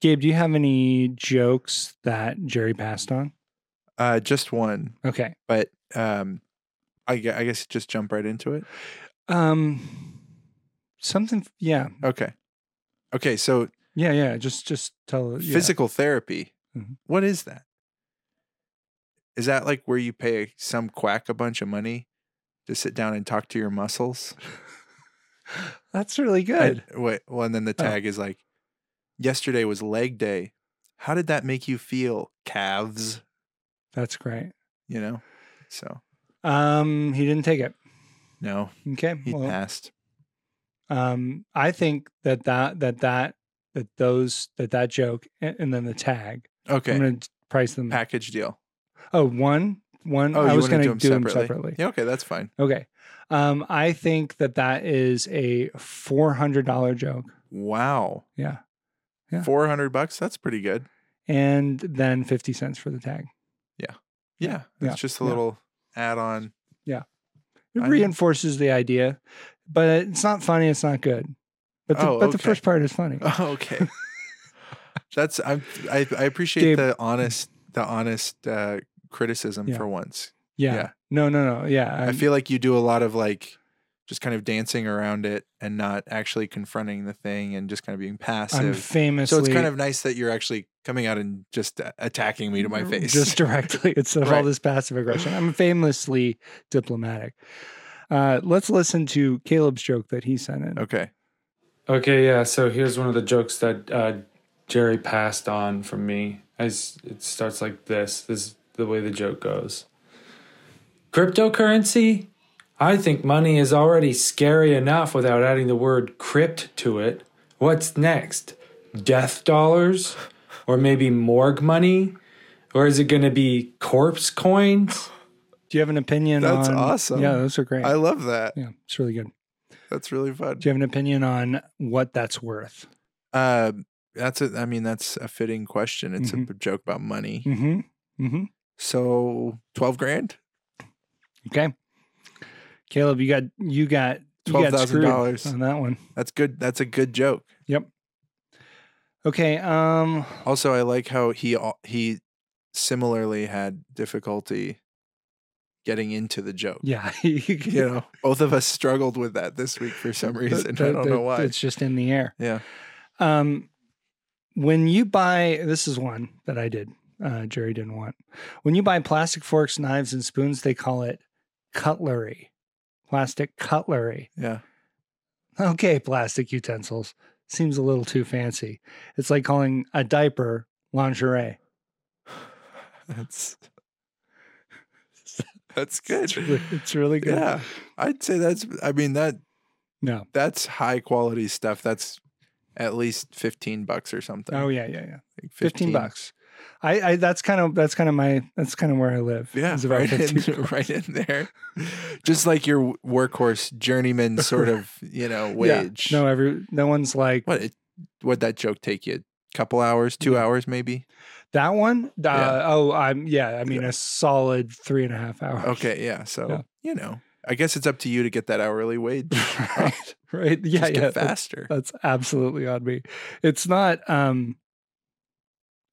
Gabe, do you have any jokes that Jerry passed on? Uh, just one, Okay. but um, I, gue- I guess just jump right into it. Um, something. Yeah. Okay. Okay. So Yeah. Yeah. Just, just tell. Yeah. physical therapy. Mhm. What is that? Is that like where you pay some quack a bunch of money to sit down and talk to your muscles? That's really And- good. wait, well, and then the Oh. tag is like, yesterday was leg day. How did that make you feel, calves? That's great. You know? So, Um, he didn't take it. no, Okay. he well, passed. um, I think that that that that that those that that joke and, and then the tag. Okay. I'm gonna price them. Package deal. Oh, one, one. Oh, Mm, I you was wanna gonna do do 'em them, separately? separately. Yeah. Okay. That's fine. Okay. Um, I think that that is a four hundred dollar joke. Wow. Yeah, Yeah. 400 bucks. That's pretty good. and then fifty cents for the tag. Yeah, Yeah. It's yeah, just a yeah. little add on. It I- reinforces the idea, but it's not funny. It's not good. But the, Oh, but the okay. Oh, first part is funny. okay. That's, I'm, I, I appreciate Gabe. the honest, the honest, uh, criticism Yeah. for once. yeah. yeah. No, no, no. Yeah. i I'm- feel like you do a lot of like just kind of dancing around it and not actually confronting the thing and just kind of being I'm passive. famously so it's kind of nice that you're actually coming out and just uh, attacking me to my face. Mm-hmm. just directly instead of all Right. this passive aggression. I'm famously diplomatic. Uh, let's listen to Caleb's joke that he sent in. okay. Okay, yeah. So here's one of the jokes that uh, Jerry passed on from me. As it starts like this. This is the way the joke goes. Cryptocurrency? I think money is already scary enough without adding the word crypt to it. What's next? Death dollars? Or maybe morgue money? Or is it going to be corpse coins? Do you have an opinion? That's on- awesome. Yeah, those are great. I love that. yeah, it's really good. That's really fun. Do you have an opinion on what that's worth? Uh, that's a, I mean, that's a fitting question. It's a Mhm. b- joke about money. Mm-hmm. Mm-hmm. So 12 grand, Okay. Caleb, you got you got you got screwed $12,000. on that one. that's good. That's a good joke. Okay. Um. Also, I like how he, al- he similarly had difficulty getting into the joke. Yeah. you know, both of us struggled with that this week for some reason. I don't know why. It's just in the air. Yeah. Um, when you buy, this is one that I did. Uh, Jerry didn't want. When you buy plastic forks, knives, and spoons, they call it cutlery. Plastic cutlery. Yeah. Okay, plastic utensils. Seems a little too fancy. It's like calling a diaper lingerie. That's That's It's good. really, it's really good. Yeah. I'd say that's I mean that No. that's high quality stuff. That's at least 15 bucks or something. Oh yeah, yeah, yeah. Like 15, bucks. I, I that's kind of that's kind of my that's kind of where I live. Yeah, is about right in, 15 right in there. Just like your workhorse journeyman sort of, you know, Yeah. wage. No, every no one's like What it, would that joke take you? Couple hours, two hours maybe? that one. Uh, Yeah. Oh, I'm yeah. I mean, a solid three and a half hours. Okay, yeah. So, Yeah. you know, I guess it's up to you to get that hourly wage. right, right. Yeah, Just yeah. get that- faster. that's absolutely on me. It's not. Um,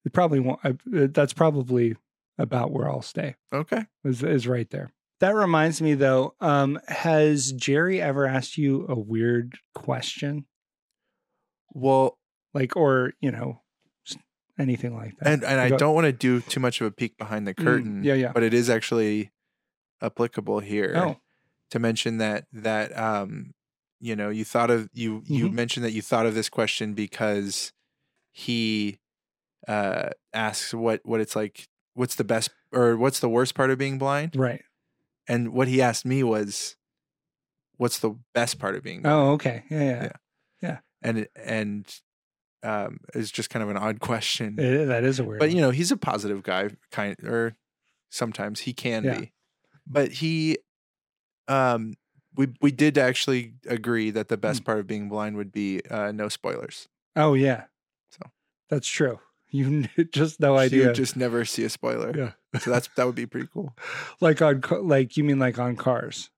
it probably won't. I, that's probably about where I'll stay. Okay. Is is right there. That reminds me though. Um, has Jerry ever asked you a weird question? Well, like or you know s- anything like that and and I Go- don't want to do too much of a peek behind the Mm, curtain. yeah, yeah. But it is actually applicable here oh to mention that that um you know you thought of you you Mhm. mentioned that you thought of this question because he uh asks what what it's like what's the best or what's the worst part of being blind right and what he asked me was what's the best part of being blind? oh okay yeah yeah, Yeah. and it- and um it's just kind of an odd question It- Eh, that is a weird but you know he's a positive guy kind or sometimes he can Yeah. be but he um we we did actually agree that the Hmm. best part of being blind would be uh no spoilers know oh yeah So. that's true you kn- just no So you idea would just never see a spoiler Yeah. so that's that would be pretty cool like on ca- like you mean like on cars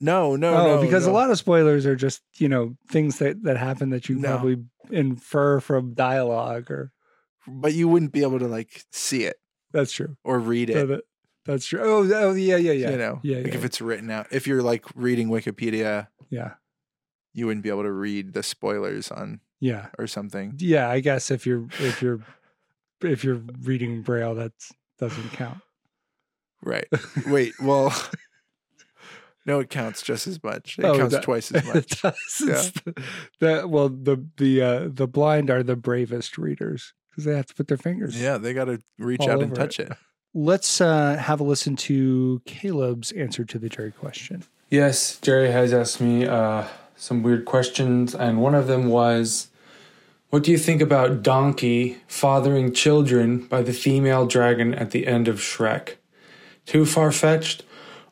No, no, oh, no. because no. a lot of spoilers are just you know things that that happen that you No. probably infer from dialogue or but you wouldn't be able to like see it that's true. or read So it. that- that's true. Oh, oh yeah, yeah, yeah. You know, yeah, like yeah, if it's written out, if you're like reading Wikipedia, yeah, you wouldn't be able to read the spoilers on yeah, or something. yeah. I guess if you're if you're if you're reading braille, that doesn't count. Right. Wait. Well, no, it counts just as much. It Oh, counts that- twice as much. It does. It's the- the- well, the the uh, the blind are the bravest readers because they have to put their fingers. yeah, they got to reach All out and over touch it. Let's uh, have a listen to Caleb's answer to the Jerry question. Yes, Jerry has asked me uh, some weird questions, and one of them was What do you think about Donkey fathering children by the female dragon at the end of Shrek? Too far fetched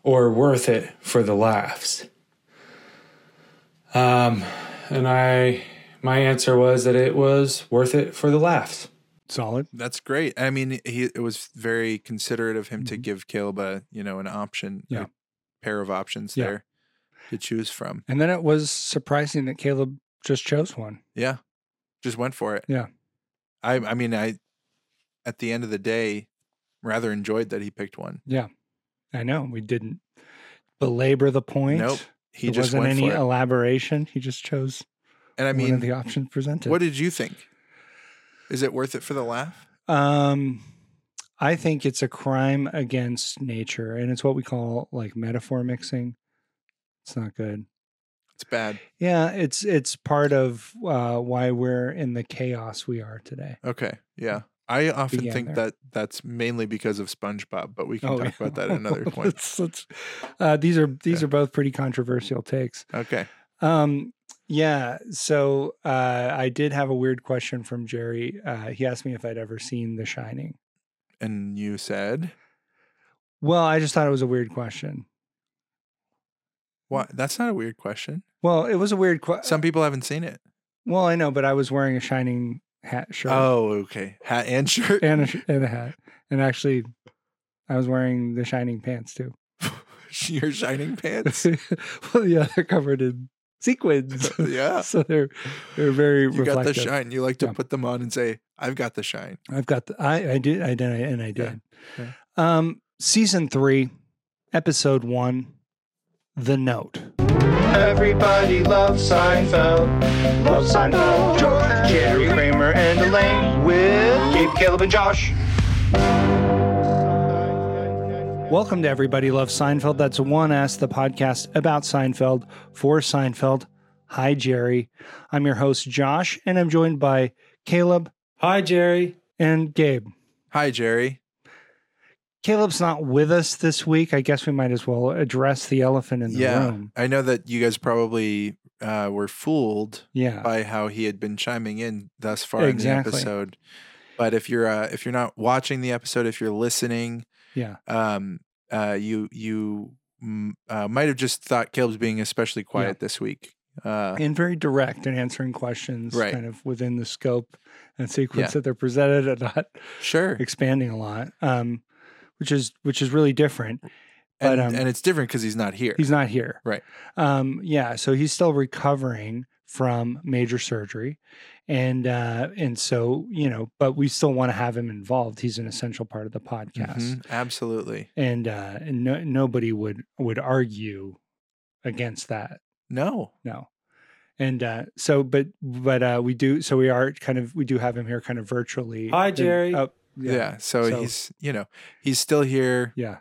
or worth it for the laughs? Um, and I, my answer was that it was worth it for the laughs. Solid. That's great. I mean, he it was very considerate of him to give Caleb a you know an option, Mm-hmm. Yeah. a pair of options Yeah. there to choose from. And then it was surprising that Caleb just chose one. Yeah, just went for it. Yeah. I I mean I, at the end of the day, rather enjoyed that he picked one. I know we didn't belabor the point. Nope. He there just wasn't went any for it. elaboration. He just chose and I one mean, of the options presented. what did you think? Is it worth it for the laugh? Um, I think it's a crime against nature, and it's what we call like metaphor mixing. It's not good. It's bad. Yeah, it's it's part of uh, why we're in the chaos we are today. Okay. Yeah. I often Began think there. that that's mainly because of SpongeBob, but Oh, we can Oh, talk about that at another point. Let's- let's- uh, these are these are both pretty controversial takes. Okay. Um, yeah. So uh, I did have a weird question from Jerry. Uh, he asked me if I'd ever seen The Shining. And you Hmm. said Well, I just thought it was a weird question. what? That's not a weird question. Well, it was a weird question. Some people haven't seen it. Well, I know, but I was wearing a shining hat shirt Oh, okay. Hat and shirt. and, a, sh- and a hat. And actually, I was wearing the shining pants too. Your shining pants. well, yeah, they're covered in sequins. yeah. so they're they're very You got the reflective. shine. You like to Yeah. put them on and say, "I've got the shine." I've got the I I did I did and I did. yeah. Um season 3, episode 1, The Note. Everybody loves Seinfeld. Loves Seinfeld. George, Jerry, Kramer, and Elaine with Gabe, Caleb, and Josh. Welcome to Everybody Loves Seinfeld. That's one ask the podcast about Seinfeld for Seinfeld. Hi, Jerry. I'm your host, Josh, and I'm joined by Caleb Hi, Jerry. and Gabe. Hi, Jerry. Caleb's not with us this week. I guess we might as well address the elephant in the Yeah, room. I know that you guys probably uh, were fooled Yeah. by how he had been chiming in thus far Exactly. in the episode. But if you're uh, if you're not watching the episode, if you're listening, Yeah. um, uh, you you mm, uh, might have just thought Caleb's being especially quiet this week. Uh, And very direct in answering questions, Right. kind of within the scope and sequence Yeah. that they're presented and not sure, expanding a lot. Um, which is which is really different. but, and, um, and it's different because he's not here. He's not here. Right. Um, yeah. So he's still recovering from major surgery. And uh, and so, you know, but we still want to have him involved. He's an essential part of the podcast. Mhm, absolutely. And uh and no, nobody would would argue against that. No, No. And uh so but but uh we do so we are kind of we do have him here kind of virtually. Hi, And- Jerry. oh, yeah. yeah. so, So- he's you know he's still here. yeah.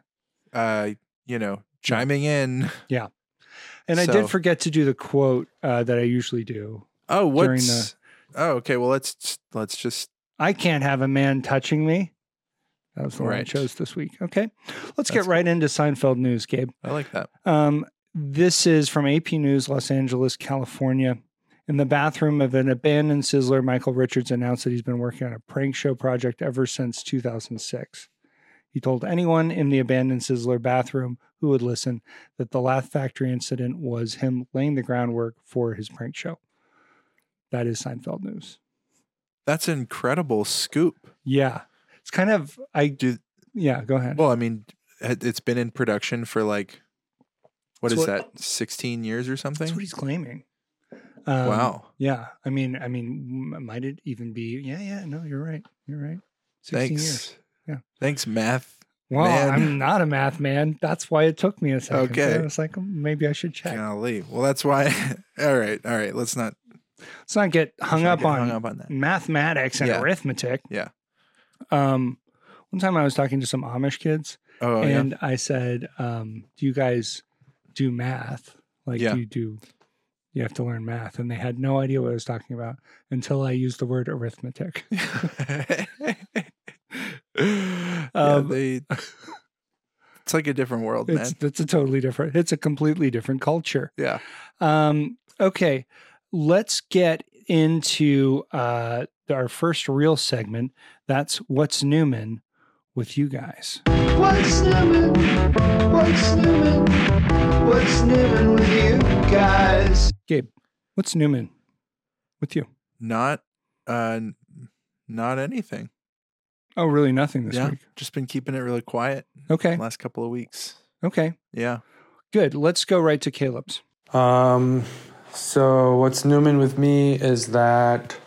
Uh, you know, chiming in. And I So- did forget to do the quote uh that I usually do. Oh, During what's the- oh okay. Well, let's let's just I can't have a man touching me. That was the one I Right. chose this week. Okay. Let's That's get right into Seinfeld news, Gabe. I like that. Um, this is from AP News, Los Angeles, California. In the bathroom of an abandoned sizzler, Michael Richards announced that he's been working on a prank show project ever since 2006. He told anyone in the abandoned sizzler bathroom who would listen that the Laugh Factory incident was him laying the groundwork for his prank show. That is Seinfeld news. That's an incredible scoop. Yeah. It's kind of I Do- yeah, go ahead. Well, I mean, it- it's been in production for like What That's is what- that? Sixteen years or something? That's what he's claiming. Um, wow. Yeah. I mean, I mean, m- might it even be? Yeah. Yeah. No, you're right. You're right. 16 Thanks. years. Yeah. Thanks, math. Well, Man. I'm not a math man. That's why it took me a second. Okay. I was like, "Oh, maybe I should check. Golly. Well, that's why. all right. All right. Let's not Let's not get hung up let's not get on hung up on that. mathematics and Yeah. arithmetic. Yeah. Um, one time I was talking to some Amish kids Oh, and I said, um, do you guys do math? Like Yeah. do you do you have to learn math? And they had no idea what I was talking about until I used the word arithmetic. yeah. yeah, Um, they. It's like a different world, man. It's that's a totally different it's a completely different culture. Yeah. Um, okay, let's get into uh, our first real segment. That's what's Newman with you guys. What's Newman? What's Newman? What's Newman with you guys? Gabe, what's Newman with you? Not, uh, n- not anything. Oh, really? Nothing this yeah. week. Just been keeping it really quiet Okay. last couple of weeks. Okay. Yeah. Good. Let's go right to Caleb's. Um, so what's Newman with me is that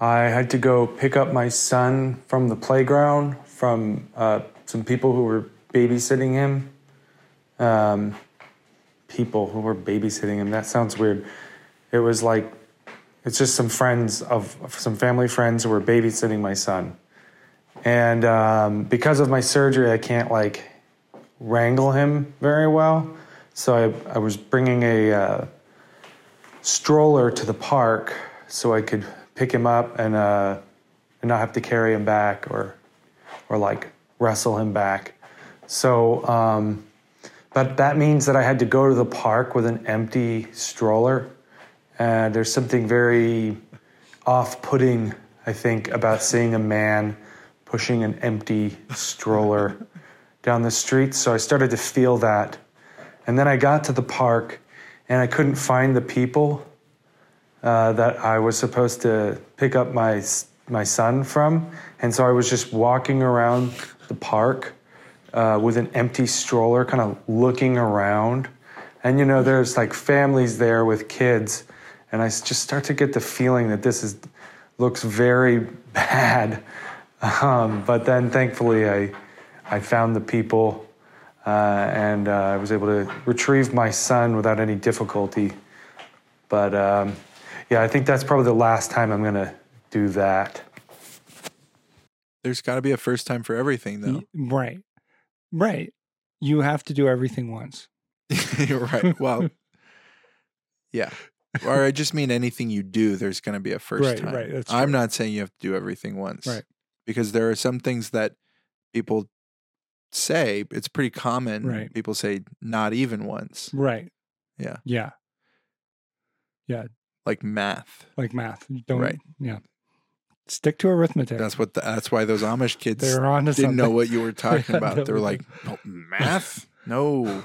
I had to go pick up my son from the playground from uh, some people who were babysitting him. Um, people who were babysitting him. That sounds weird. It was like it's just some friends of some family friends who were babysitting my son. And um, because of my surgery, I can't like wrangle him very well. So I, I was bringing a uh, stroller to the park so I could pick him up and, uh, and not have to carry him back or, or like wrestle him back. So, um, but that means that I had to go to the park with an empty stroller. Uh, there's something very off putting, I think, about seeing a man pushing an empty stroller down the street. So I started to feel that. And then I got to the park and I couldn't find the people uh, that I was supposed to pick up my, s- my son from. And so I was just walking around the park uh, with an empty stroller, kind of looking around. And you know, there's like families there with kids. And I s- just start to get the feeling that this is looks very bad. Um, but then thankfully, I, I found the people uh, and uh, I was able to retrieve my son without any difficulty. But um, yeah, I think that's probably the last time I'm going to do that. There's got to be a first time for everything, though. Y- Right. Right. You have to do everything once. You're right. Well, yeah. Or I just mean anything you do, there's going to be a first Right, time. right, that's I'm true. not saying you have to do everything once. Right. Because there are some things that people say, it's pretty common. Right. People say, not even once, Right. Yeah. Yeah. like math. Like math. Don't. Right. Yeah. Stick to arithmetic. That's what, the, that's why those Amish kids They're on to didn't something. know what you were talking Yeah, about. that They were was- like, "No, math? No.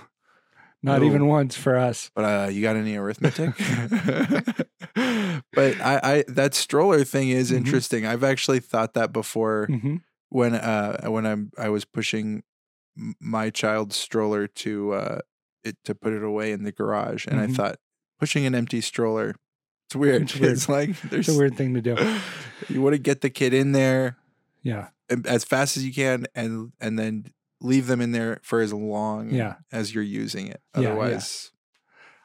Not No. even once for us. but uh, you got any arithmetic? but I, I that stroller thing is Mhm. interesting. I've actually thought that before hmm when uh when I'm I was pushing m- my child's stroller to uh it to put it away in the garage, and I Mhm. thought pushing an empty stroller, it's weird. It's, It's weird. like there's It's a weird thing to do. you want to get the kid in there Yeah. and- as fast as you can, and and then leave them in there for as long Yeah. as you're using it. Yeah, yeah. Otherwise,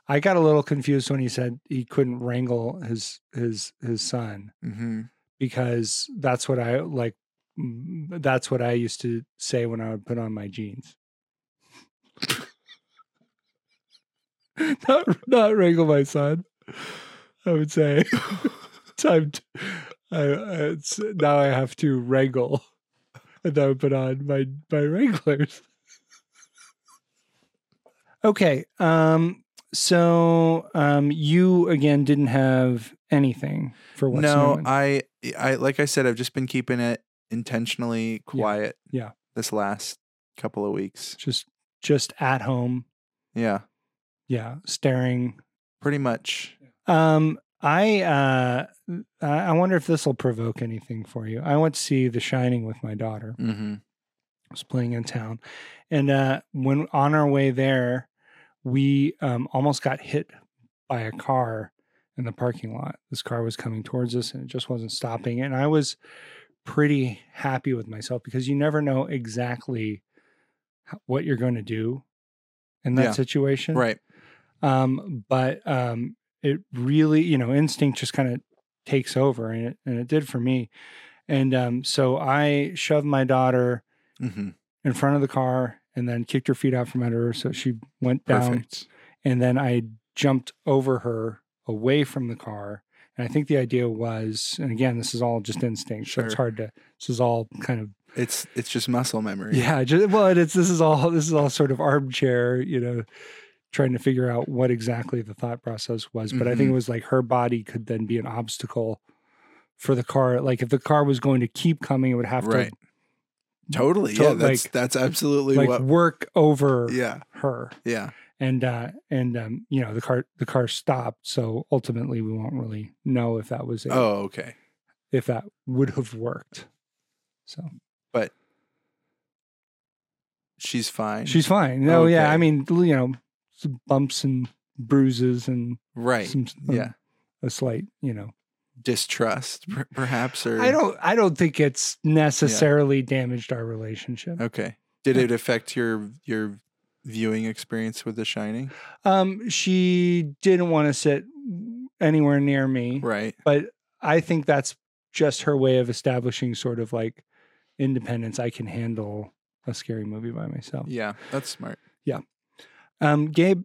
I got a little confused when he said he couldn't wrangle his his his son hmm because that's what I like. mm, That's what I used to say when I would put on my jeans. not not wrangle my son. I would say time. To, I, I- it's, now I have to wrangle, and I would put on my my wranglers. okay. Um. So, um, you again didn't have anything for what's no Newman. i i like i said i've just been keeping it intentionally quiet yeah. this last couple of weeks just just at home yeah yeah staring pretty much um i uh i I wonder if this will provoke anything for you i went to see the shining with my daughter mm-hmm. I was playing in town and uh when on our way there we um, almost got hit by a car in the parking lot. This car was coming towards us and it just wasn't stopping. And I was pretty happy with myself because you never know exactly h- what you're going to do in that Yeah. situation. Right. Um, but um, it really, you know, instinct just kind of takes over and it, and it did for me. And um, so I shoved my daughter hmm in front of the car and then kicked her feet out from under her. So she went down Perfect. and then I jumped over her away from the car. And I think the idea was, and again, this is all just instinct. So it's Sure. hard to. This is all kind of It's it's just muscle memory. yeah. Just, well, it's this is all this is all sort of armchair, you know, trying to figure out what exactly the thought process was. But I Mm-hmm. think it was like her body could then be an obstacle for the car. Like if the car was going to keep coming, it would have Right. to Totally. To- yeah. That's like- that's absolutely like what. work over Yeah. her. Yeah. and uh and um you know the car the car stopped so ultimately we won't really know if that was a, Oh, okay. if that would have worked so She's fine. she's fine no yeah Okay. i mean you know some bumps and bruises and right. some some- yeah. a slight you know Distrust, per- perhaps, or i don't i don't think it's necessarily damaged our relationship Okay. Did it affect your your viewing experience with The Shining? um she didn't want to sit anywhere near me Right. but i think that's just her way of establishing sort of like independence i can handle a scary movie by myself Yeah. That's smart. Um, Gabe,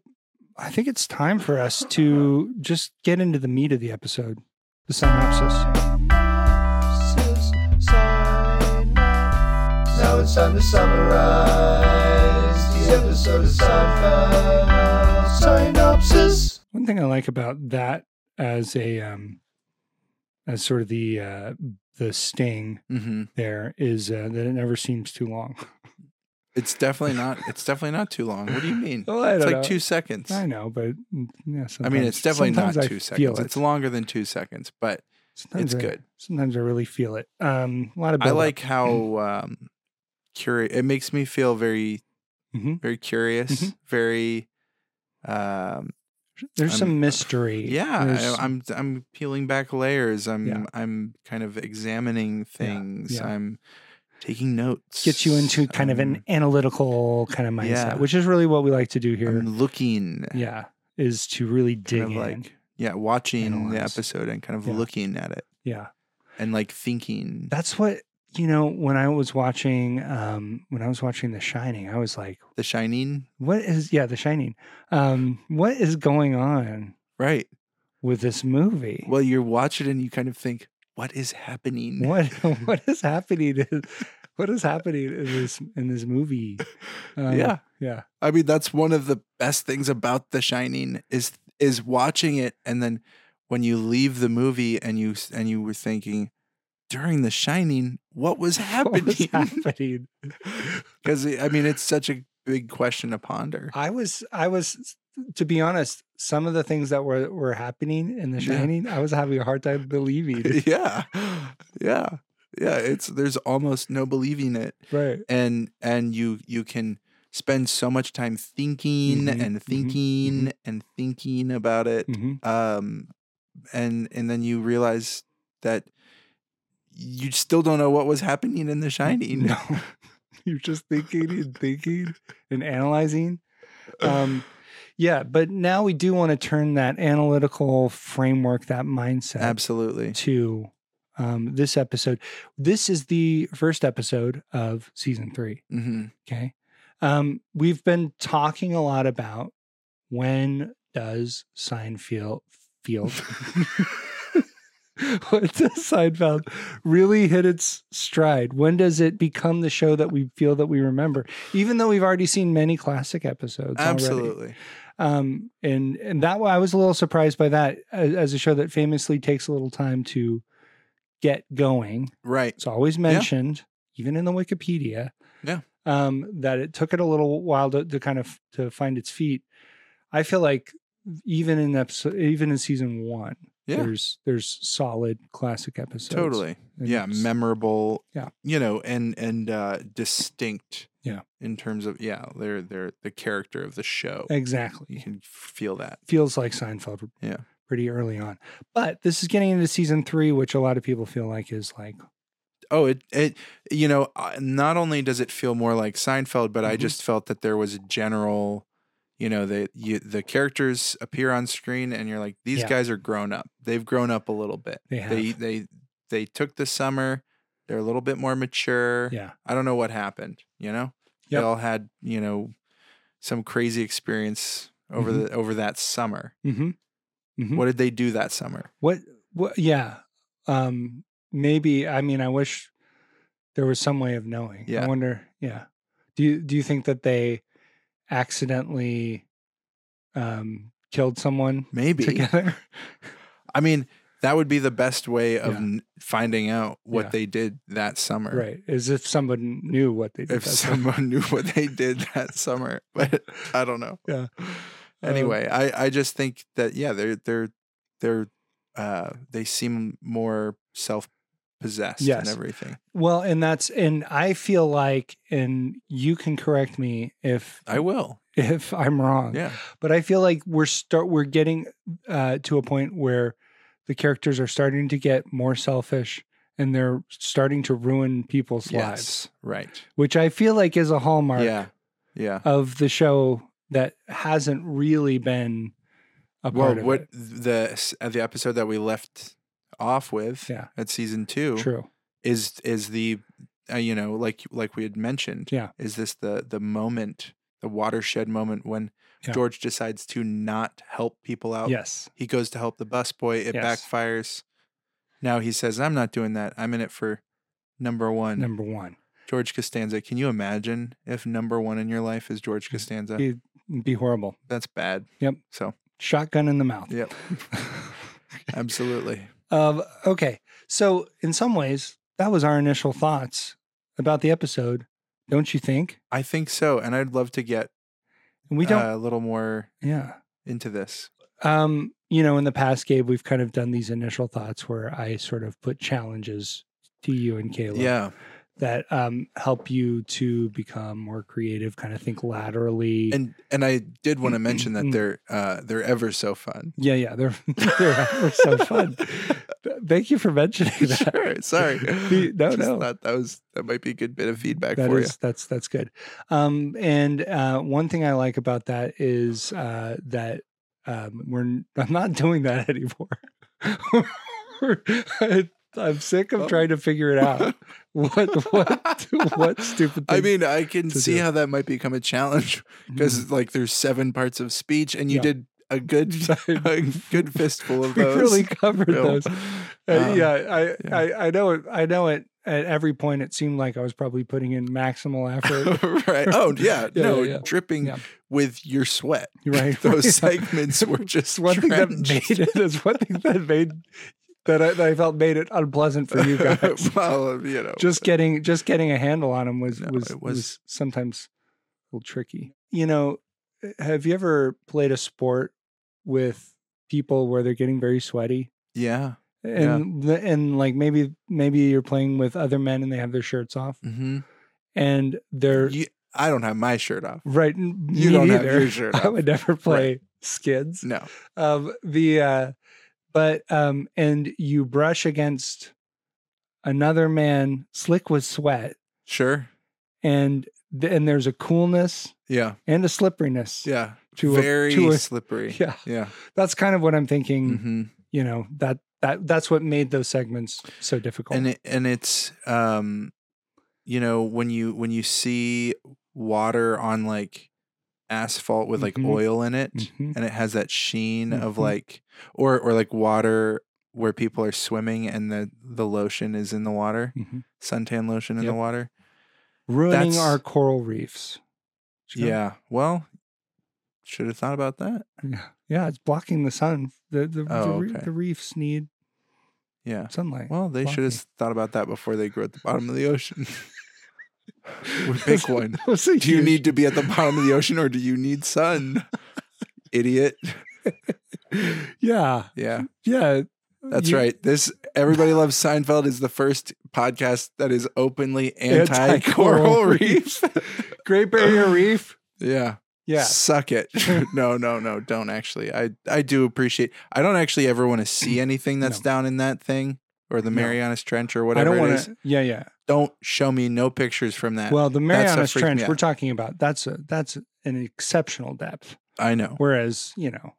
I think it's time for us to just get into the meat of the episode, the synopsis. Now it's time to summarize the episode of sci-fi synopsis. One thing I like about that as a um, as sort of the uh, the sting hmm there is uh, that it never seems too long. It's definitely not. It's definitely not too long. What do you mean? Well, I It's don't like know. two seconds. I know, but mm, yeah, I mean, sometimes- it's definitely not sometimes I two feel seconds. it. It's longer than two seconds, but Sometimes it's I- good. Sometimes I really feel it. Um, a lot of I buildup. like how um, curious. It makes me feel very, Mhm. very curious. Mhm. Very, um, there's I'm- uh, some mystery. yeah. There's- I, I'm I'm peeling back layers. I'm Yeah. I'm kind of examining things. yeah. I'm taking notes. gets you into kind of an I'm- analytical kind of mindset, um, yeah. which is really what we like to do here. I'm looking. yeah, is to really dig Kind of in. like yeah, watching the Analyze. episode and kind of Yeah. looking at it yeah, and like thinking. that's what you know. When I was watching, um, when I was watching The Shining, I was like, the Shining, "What is? Yeah, The Shining. Um, what is going on right? with this movie? Well, you watch it and you kind of think, what is happening? what what is happening? in- what is happening in this in this movie? Um, yeah. yeah, I mean, that's one of the best things about The Shining is is watching it, and then when you leave the movie and you and you were thinking during The Shining, what was what was happening? happening? Because I mean, it's such a big question to ponder. I was I was to be honest, some of the things that were were happening in The Yeah. Shining, I was having a hard time believing. yeah, yeah, yeah. It's there's almost no believing it, right. and and you you can spend so much time thinking Mhm, mhm, and thinking and thinking about it hmm um and and then you realize that you still don't know what was happening in the shining No. You're just thinking and thinking and analyzing. Um yeah, but now we do want to turn that analytical framework, that mindset absolutely to um, this episode. This is the first episode of season three. hmm Okay. Um, we've been talking a lot about when does Seinfeld field when does Seinfeld really hit its stride? When does it become the show that we feel that we remember? Even though we've already seen many classic episodes. already. absolutely Um, and and that wa- I was a little surprised by that as, as a show that famously takes a little time to get going. right It's always mentioned, even in the Wikipedia. Yeah. Um, that it took it a little while to, to kind of to find its feet. I feel like even in episode, even in season one, Yeah. there's there's solid classic episodes. totally and yeah it's- memorable Yeah. you know and and uh distinct Yeah. In terms of yeah, they're they're the character of the show. You Exactly. can feel that. Feels like Seinfeld Yeah. pretty early on. But this is getting into season three, which a lot of people feel like is like, Oh, it it you know, uh, not only does it feel more like Seinfeld, but I Mhm. just felt that there was a general, you know, the you, the characters appear on screen and you're like these Yeah. guys are grown up. They've grown up a little bit. They have. they they, they took the summer. They're a little bit more mature. yeah, I don't know what happened. You know, Yep. they all had you know some crazy experience over Mhm. the over that summer. mm-hmm. Mhm. What did they do that summer? What? What? Yeah. Um. Maybe. I mean, I wish there was some way of knowing. I Yeah. wonder. Yeah. Do you Do you think that they accidentally um killed someone Maybe. together? I mean, that would be the best way of Yeah. n- finding out what Yeah. they did that summer. right. As if someone knew what they did. If that day. someone knew what they did that summer, but I don't know. yeah. Um, Anyway, I, I just think that yeah, they're they're they're uh they seem more self possessed Yes. and everything. Um, well, and that's and I feel like and you can correct me if I will. if I'm wrong. Yeah. but I feel like we're start we're getting uh, to a point where the characters are starting to get more selfish and they're starting to ruin people's lives, Yes. Right. which I feel like is a hallmark Yeah. Yeah. of the show that hasn't really been a Well, part of what it. the s- uh, the episode that we left off with Yeah. at season two True. is is the uh, you know like like we had mentioned Yeah. is this the the moment the watershed moment when Yeah. George decides to not help people out. Yes. He goes to help the busboy. It Yes. backfires. Now he says, "I'm not doing that. I'm in it for number one, Number one. George Costanza." Can you imagine if number one in your life is George Costanza? Be, be horrible. That's bad. Mm. Yep. So Shotgun in the mouth. yep, absolutely. Um, okay. So, in some ways, that was our initial thoughts about the episode, don't you think? I think so, and I'd love to get And we don't. uh, a little more yeah. into this. um you know in the past gabe we've kind of done these initial thoughts where i sort of put challenges to you and caleb Yeah, that um help you to become more creative kind of think laterally and and I did want to mention that Mm. they're uh, they're ever so fun. yeah yeah they're they're ever so fun thank you for mentioning that sure, sorry. The- no, Just no. thought that was that might be a good bit of feedback That for is- that's that's good. Um, and uh, one thing I like about that is uh, that um, we're n- I'm not doing that anymore. I'm sick of Oh. trying to figure it you. out. What what what stupid? I thing- mean, I can to see do. Mm-hmm. how that might become a challenge because like there's seven parts of speech, and you Yeah. did a good a good fistful of we those. really covered Bill. those. Uh, Um, yeah, I, yeah. I I know it. I know it. At every point, it seemed like I was probably putting in maximal effort. right. Oh yeah. Yeah, no, yeah, yeah. dripping Yeah. with your sweat. Right. Those segments were just one thing that drenched. made it is one thing that made that I, that I felt made it unpleasant for you guys. well, you know, just getting just getting a handle on them was No, was, it was was- sometimes a little tricky. You know, eh, have you ever played a sport with people where they're getting very sweaty? yeah. And the, and like maybe maybe you're playing with other men and they have their shirts off Mm-hmm. and they're You, I don't have my shirt off. right. You You don't either. have your shirt I off. would never play skids. No. um the uh but um and you brush against another man slick with sweat Sure. and th- and there's a coolness Yeah. and a slipperiness Yeah. To a- Very to a- Mm, slippery. yeah Yeah. that's kind of what i'm thinking hmm you know that that that's what made those segments so difficult And it, and it's um, you know, when you when you see water on like asphalt with like Mhm. oil in it, Mhm. and it has that sheen of Mhm. like, or or like water where people are swimming and the the lotion is in the water, Mhm. suntan lotion in Yep. the water. ruining That's- our coral reefs Should I- Yeah. Well, should have thought about that. yeah yeah it's blocking the sun the the, the, Oh, re- okay. the reefs need Yeah. sunlight Well, they should have Blocking. thought about that before they grew at the bottom of the ocean. we pick one. That was a Do you huge- need to be at the bottom of the ocean or do you need sun? Idiot. yeah Yeah, yeah that's You- right. This Everybody Loves Seinfeld is the first podcast that is openly anti coral reef. Great Barrier Reef. Yeah. Yeah. Suck it. no, no, no. Don't actually. I I do appreciate. I don't actually ever want to see anything that's No. down in that thing or the No. Marianas Trench or I whatever don't it want is. to. Yeah, yeah. Don't show me no pictures from that. Well, the Marianas freaked me Trench out. we're talking about that's a that's an exceptional depth, I know. whereas you know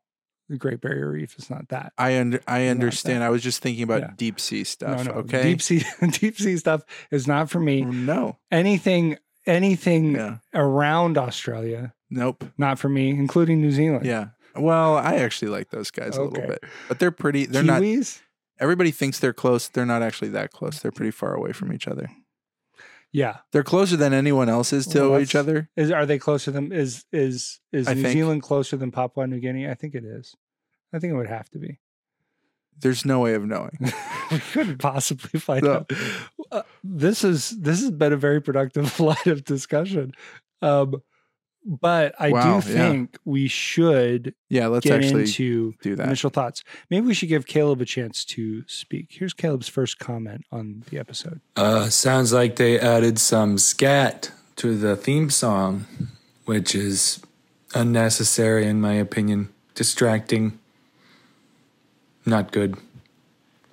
the Great Barrier Reef is not that. I under I that. understand. I was just thinking about Yeah. deep sea stuff. no, no. Okay. Mm, Deep sea deep sea stuff is not for me. No. Anything anything Yeah. around Australia, Nope. not for me, including New Zealand. Yeah. Well, I actually like those guys a Okay. little bit, but they're pretty. They're not. Kiwis? Everybody thinks they're close. They're not actually that close. They're pretty far away from each other. Yeah. They're closer than anyone else is to Well, that's- each other. Is are they closer than is is is I New think- Zealand closer than Papua New Guinea? I think it is. I think it would have to be. There's no way of knowing. we couldn't possibly find No. out. Uh, this is this has been a very productive line of discussion. Um, but I Wow, yeah. do think we should Yeah, let's get actually into do that. initial thoughts. Maybe we should give Caleb a chance to speak. Here's Caleb's first comment on the episode. Uh, sounds like they added some scat to the theme song, which is unnecessary in my opinion, distracting, not good.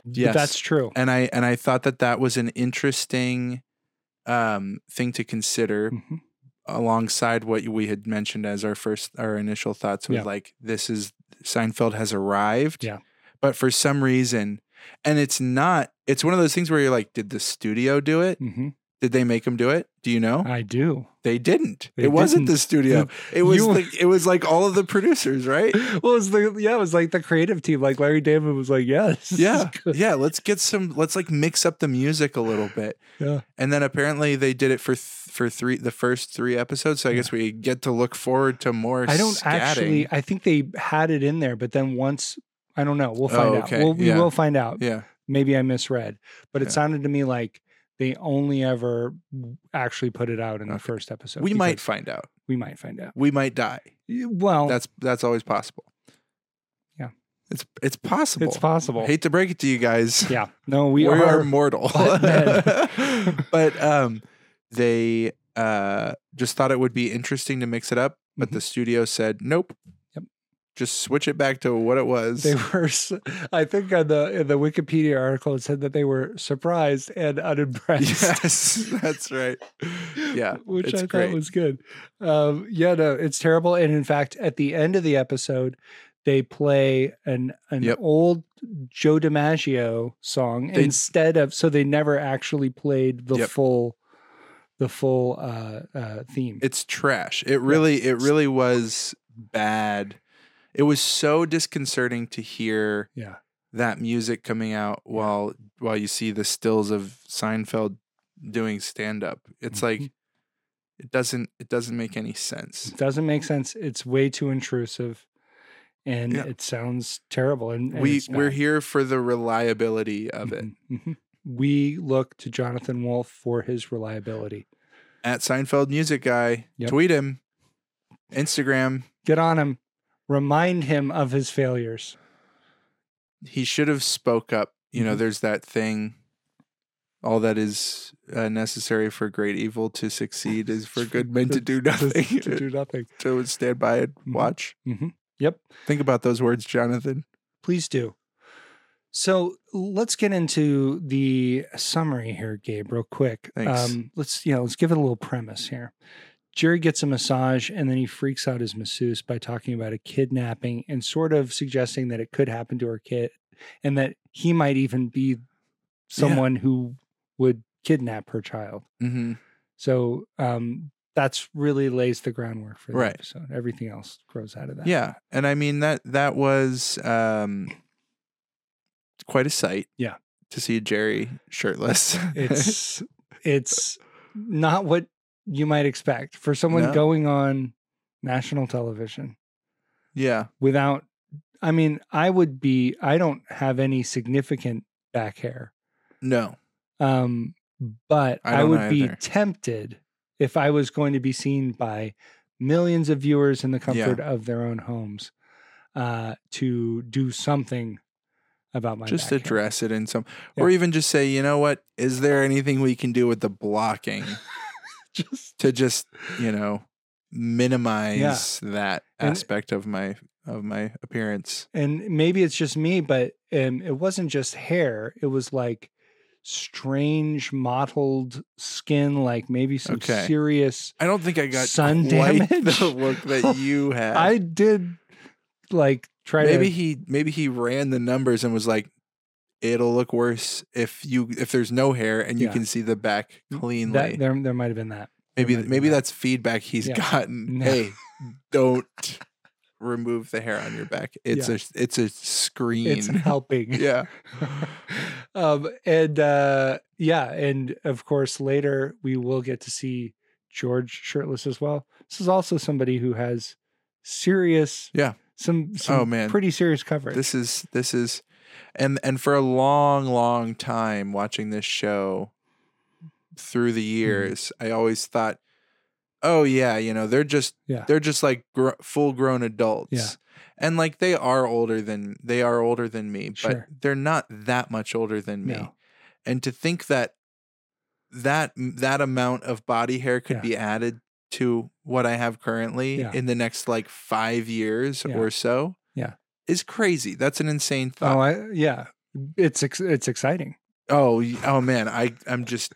But Yes. that's true. and I and I thought that that was an interesting um, thing to consider Mhm. alongside what we had mentioned as our first our initial thoughts was Yeah. like this is Seinfeld has arrived. Yeah. But for some reason, and it's not. It's one of those things where you're like, did the studio do it? Mhm. Did they make him do it? Do you know? I do. they didn't. Uh, They it wasn't the didn't. studio. It was. You- the, it was like all of the producers, right? Well, it was the yeah, it was like the creative team. Like Larry David was like, yeah, this is yeah good. yeah let's get some let's like mix up the music a little bit Yeah. and then apparently they did it for th- for three the first three episodes so i guess we get to look forward to more I don't scatting. actually. I think they had it in there, but then once I don't know. We'll find Oh, out. okay. We'll, we Yeah. will find out. yeah Maybe I misread, but it Yeah. sounded to me like they only ever actually put it out in the Okay. first episode. we might because find out We might find out. we might die Y- Well, that's that's always possible Yeah. it's it's possible it's possible. hate to break it to you guys yeah. No, we, are, are. mortal. butt men. but um, they uh, just thought it would be interesting to mix it up, but the studio said nope. Mm-hmm. Yep. Just switch it back to what it was. They were. s- I think on the in the Wikipedia article it said that they were surprised and unimpressed. yes, that's right. Yeah, which it's I great. thought was good. Um, yeah, no, it's terrible. And in fact, at the end of the episode, they play an an Yep. old Joe DiMaggio song They- instead of so they never actually played the Yep. full the full uh, uh, theme. It's trash. It really, it really was bad. It was so disconcerting to hear yeah, that music coming out while while you see the stills of Seinfeld doing stand up. It's Mhm. like it doesn't it doesn't make any sense. it doesn't make sense. It's way too intrusive, and Yeah. it sounds terrible. And, and We it's we're bad. here for the reliability of it. Mhm, mhm. We look to Jonathan Wolf for his reliability. At Seinfeld Music Guy, Mm-hmm. Yep. tweet him, Instagram. Get on him. Remind him of his failures. He should have spoke up. You know, Mhm. there's that thing. All that is uh, necessary for great evil to succeed is for good men to do nothing. to do nothing. to stand by and Mhm. watch. Yep. Think about those words, Jonathan. Please do. So let's get into the summary here, Gabe, real quick. Um, Thanks. let's you know, let's give it a little premise here. Jerry gets a massage and then he freaks out his masseuse by talking about a kidnapping and sort of suggesting that it could happen to her kid and that he might even be someone who would kidnap her child. Mm-hmm. So um, that's really lays the groundwork for the Right. episode. Everything else grows out of that. Yeah, and I mean that that was um quite a sight. Yeah. to see Jerry shirtless. it's it's not what you might expect for someone No. going on national television yeah, without i mean i would be i don't have any significant back hair no, um but I i, don't would be either. tempted if i was going to be seen by millions of viewers in the comfort of their own homes uh to do something about my just back hair. address it in some, Yeah. or even just say, you know what? Is there anything we can do with the blocking? just to just you know minimize that And- aspect of my of my appearance. and maybe it's just me, but um, it wasn't just hair. It was like strange mottled skin, like maybe some Okay. serious. I don't think I got Sun quite damage? the look that you had. I did like try Uh, maybe to. he maybe he ran the numbers and was like, "It'll look worse if you if there's no hair and you Yeah. can see the back cleanly." That, there, there might have been that. maybe might be maybe that. that's feedback he's Yeah. gotten. No. Hey, don't remove the hair on your back. It's Yeah. a it's a screen. It's helping. yeah. um, and uh, yeah, and of course later we will get to see George shirtless as well. This is also somebody who has serious, Yeah. some, some Oh, man. pretty serious coverage. This is this is and and for a long long time watching this show through Mm-hmm. the years, I always thought oh yeah, you know, they're just Yeah. they're just like gr- full-grown adults. Yeah. And like they are older than they are older than me, Sure. but they're not that much older than me. No. And to think that that that amount of body hair could Yeah. be added to what I have currently Yeah. in the next like 5 years Yeah. or so is crazy. That's an insane Oh, thought. I, yeah, it's ex- it's exciting. Oh, y- oh, man, I I'm just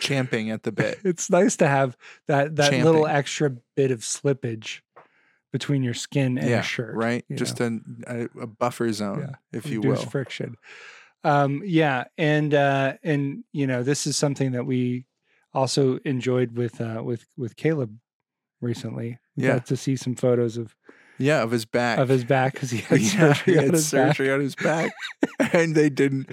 champing at the bit. It's nice to have that that little Champing. extra bit of slippage between your skin and yeah, your shirt, right. you Just a, a a buffer zone, Yeah. if you reduce will. friction. Um, yeah, and uh, and you know this is something that we also enjoyed with uh, with with Caleb recently. We Yeah. got to see some photos of yeah, of his back. of his back because he had yeah, surgery he on had his back. surgery on his back, and they didn't.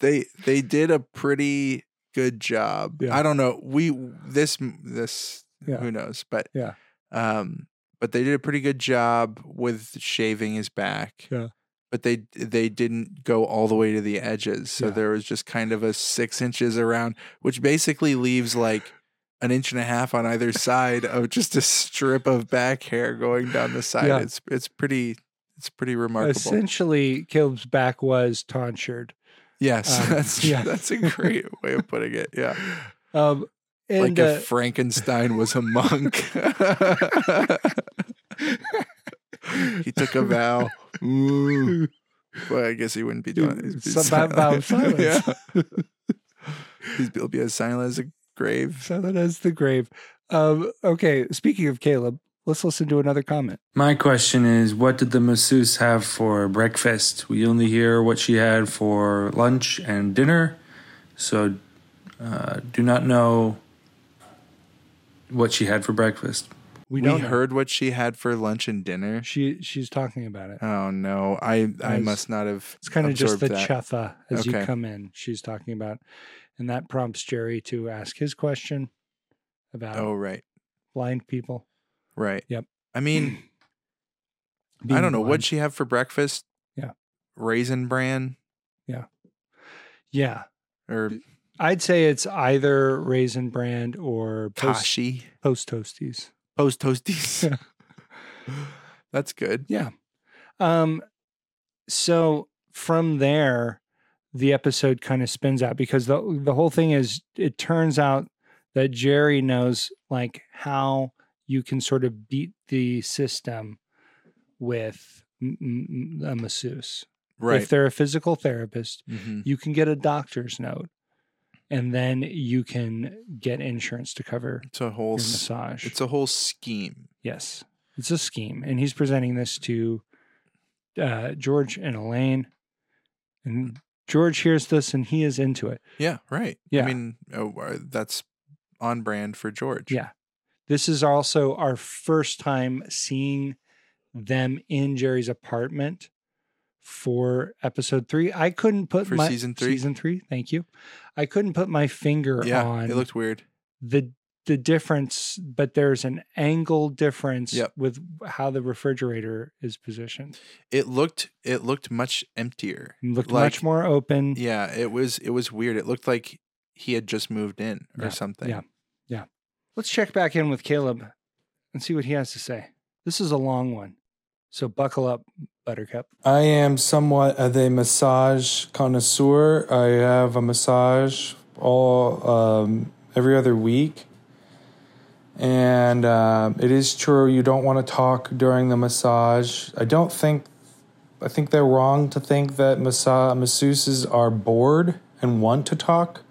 They they did a pretty good job. Yeah. I don't know. We this this Yeah. who knows, but Yeah. um, but they did a pretty good job with shaving his back. Yeah. But they they didn't go all the way to the edges, so Yeah. there was just kind of a six inches around, which basically leaves like an inch and a half on either side of just a strip of back hair going down the side. Yeah. It's it's pretty it's pretty remarkable. Essentially, Caleb's back was tonsured. yes, um, that's yeah. that's a great way of putting it. Yeah, Um, and like uh, if Frankenstein was a monk, he took a vow. Ooh. Well, I guess he wouldn't be doing it. He'd be Some vow- vow of silent. silence. yeah, He'd be- he'll be as silent as a grave. So that is the grave. Um, okay, speaking of Caleb, let's listen to another comment. My question is what did the masseuse have for breakfast? We only hear what she had for lunch and dinner, so uh, do not know what she had for breakfast. We We, don't know. heard what she had for lunch and dinner. she she's talking about it. Oh no, I I Nice. must not have. It's kind of just the absorbed that. chuffa as you Okay. come in. She's talking about, and that prompts Jerry to ask his question about Oh right, blind people. right. Yep. I mean, I being don't know blind. what'd she have for breakfast. Yeah. raisin bran Yeah, or I'd say it's either raisin brand or post, kashi post toasties. post toasties. That's good. Yeah. Um so from there the episode kind of spins out because the the whole thing is it turns out that Jerry knows like how you can sort of beat the system with m- m- a masseuse. If Right. they're a physical therapist, Mhm. you can get a doctor's note and then you can get insurance to cover It's a whole. your s- massage. It's a whole scheme. Yes, it's a scheme, and he's presenting this to uh, George and Elaine, and George hears this and he is into it. Yeah. Right. Yeah. I mean, oh, uh, that's on brand for George. Yeah. This is also our first time seeing them in Jerry's apartment for episode three. I couldn't put For my season three? Season three, thank you. I couldn't put my finger Yeah. on It looked weird. the the difference, but there's an angle difference Yep. with how the refrigerator is positioned. It looked. It looked much emptier. It looked Like- much more open. Yeah, it was it was weird. It looked like he had just moved in or Yeah, something. yeah. Let's check back in with Caleb and see what he has to say. This is a long one. So buckle up, Buttercup. I am somewhat of a massage connoisseur. I have a massage all um, every other week, And uh, it is true you don't want to talk during the massage. I don't think, I think they're wrong to think that massa- masseuses are bored and want to talk.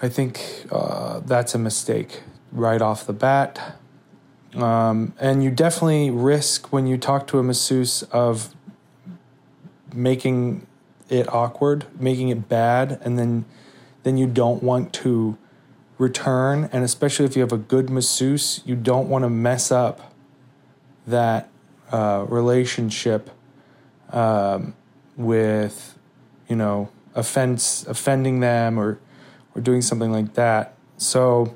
I think uh, that's a mistake right off the bat. Um, and you definitely risk when you talk to a masseuse of making it awkward, making it bad, and then then you don't want to return. And especially if you have a good masseuse, you don't want to mess up that uh, relationship um, with you know offense, offending them, or or doing something like that. So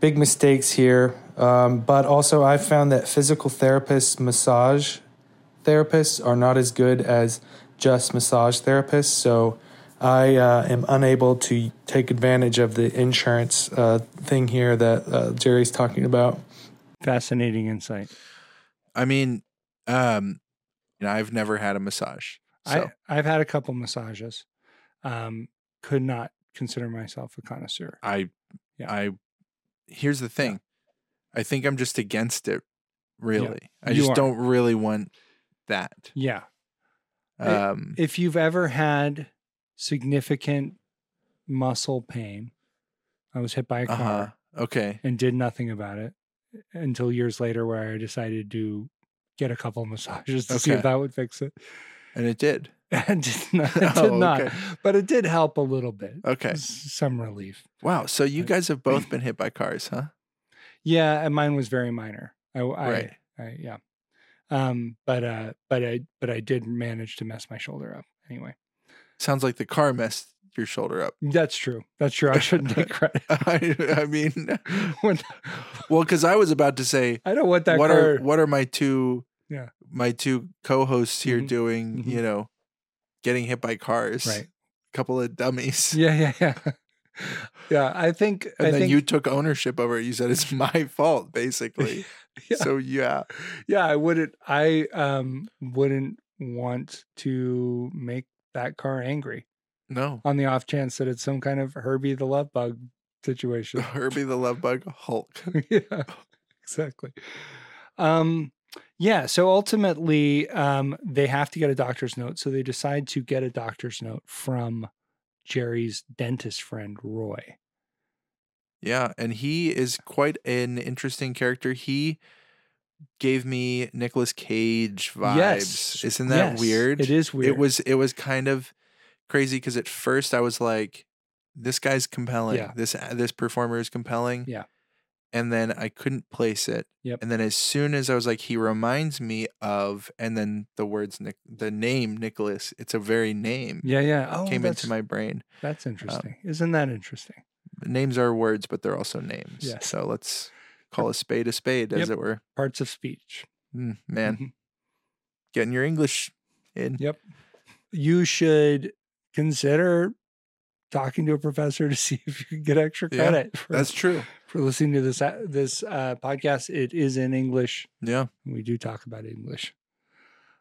big mistakes here. Um, but also, I found that physical therapists, massage therapists are not as good as just massage therapists. So I uh, am unable to take advantage of the insurance uh, thing here that uh, Jerry's talking about. Fascinating insight. I mean, um, you know, I've never had a massage. So I, I've had a couple massages. Um, could not consider myself a connoisseur. I, I, Yeah. here's the thing. I think I'm just against it. Really, I You just are. don't really want that. Yeah. It- Um, if you've ever had significant muscle pain, I was hit by a uh car huh. Okay. and did nothing about it until years later, where I decided to get a couple massages to see Okay. if that would fix it. And it did. And did not, it Oh, did not. okay. but it did help a little bit. Okay. S- Some relief. Wow. So you I- guys have both been hit by cars, huh? Yeah, and mine was very minor. I, I, right. I yeah. Um, but uh, but I but I did manage to mess my shoulder up anyway. Sounds like the car messed your shoulder up. That's true. That's true. I shouldn't take credit. I, I mean, when, well, because I was about to say, I know what that what car. are what are my two Yeah. my two co-hosts here Mhm. doing Mhm. you know getting hit by cars right? couple of dummies Yeah, yeah, yeah, yeah. I think and I then think you took ownership over it you said it's my fault basically Yeah. so yeah yeah. I wouldn't. I um wouldn't want to make that car angry no on the off chance that it's some kind of Herbie the Love Bug situation. herbie the love bug hulk yeah, exactly. Um, yeah. So ultimately, um, they have to get a doctor's note. So they decide to get a doctor's note from Jerry's dentist friend Roy. yeah and he is quite an interesting character he gave me Nicolas cage vibes Yes. isn't that Yes, weird It is weird. it was it was kind of crazy because at first I was like, this guy's compelling. Yeah. This this performer is compelling. Yeah. And then I couldn't place it. Yep. And then as soon as I was like, he reminds me of, and then the words Nick, the name Nicholas, it's a very name Yeah, yeah. Oh, came that's, into my um brain. That's interesting. Isn't that interesting? Names are words, but they're also names. Yes. So let's call a spade a spade, as Yep. it were. Parts of speech. Mm, man, Mhm. getting your English in. Yep. You should consider talking to a professor to see if you can get extra Yeah, credit for, That's true. for listening to this uh, this uh, podcast. It is in English. Yeah. We do talk about English.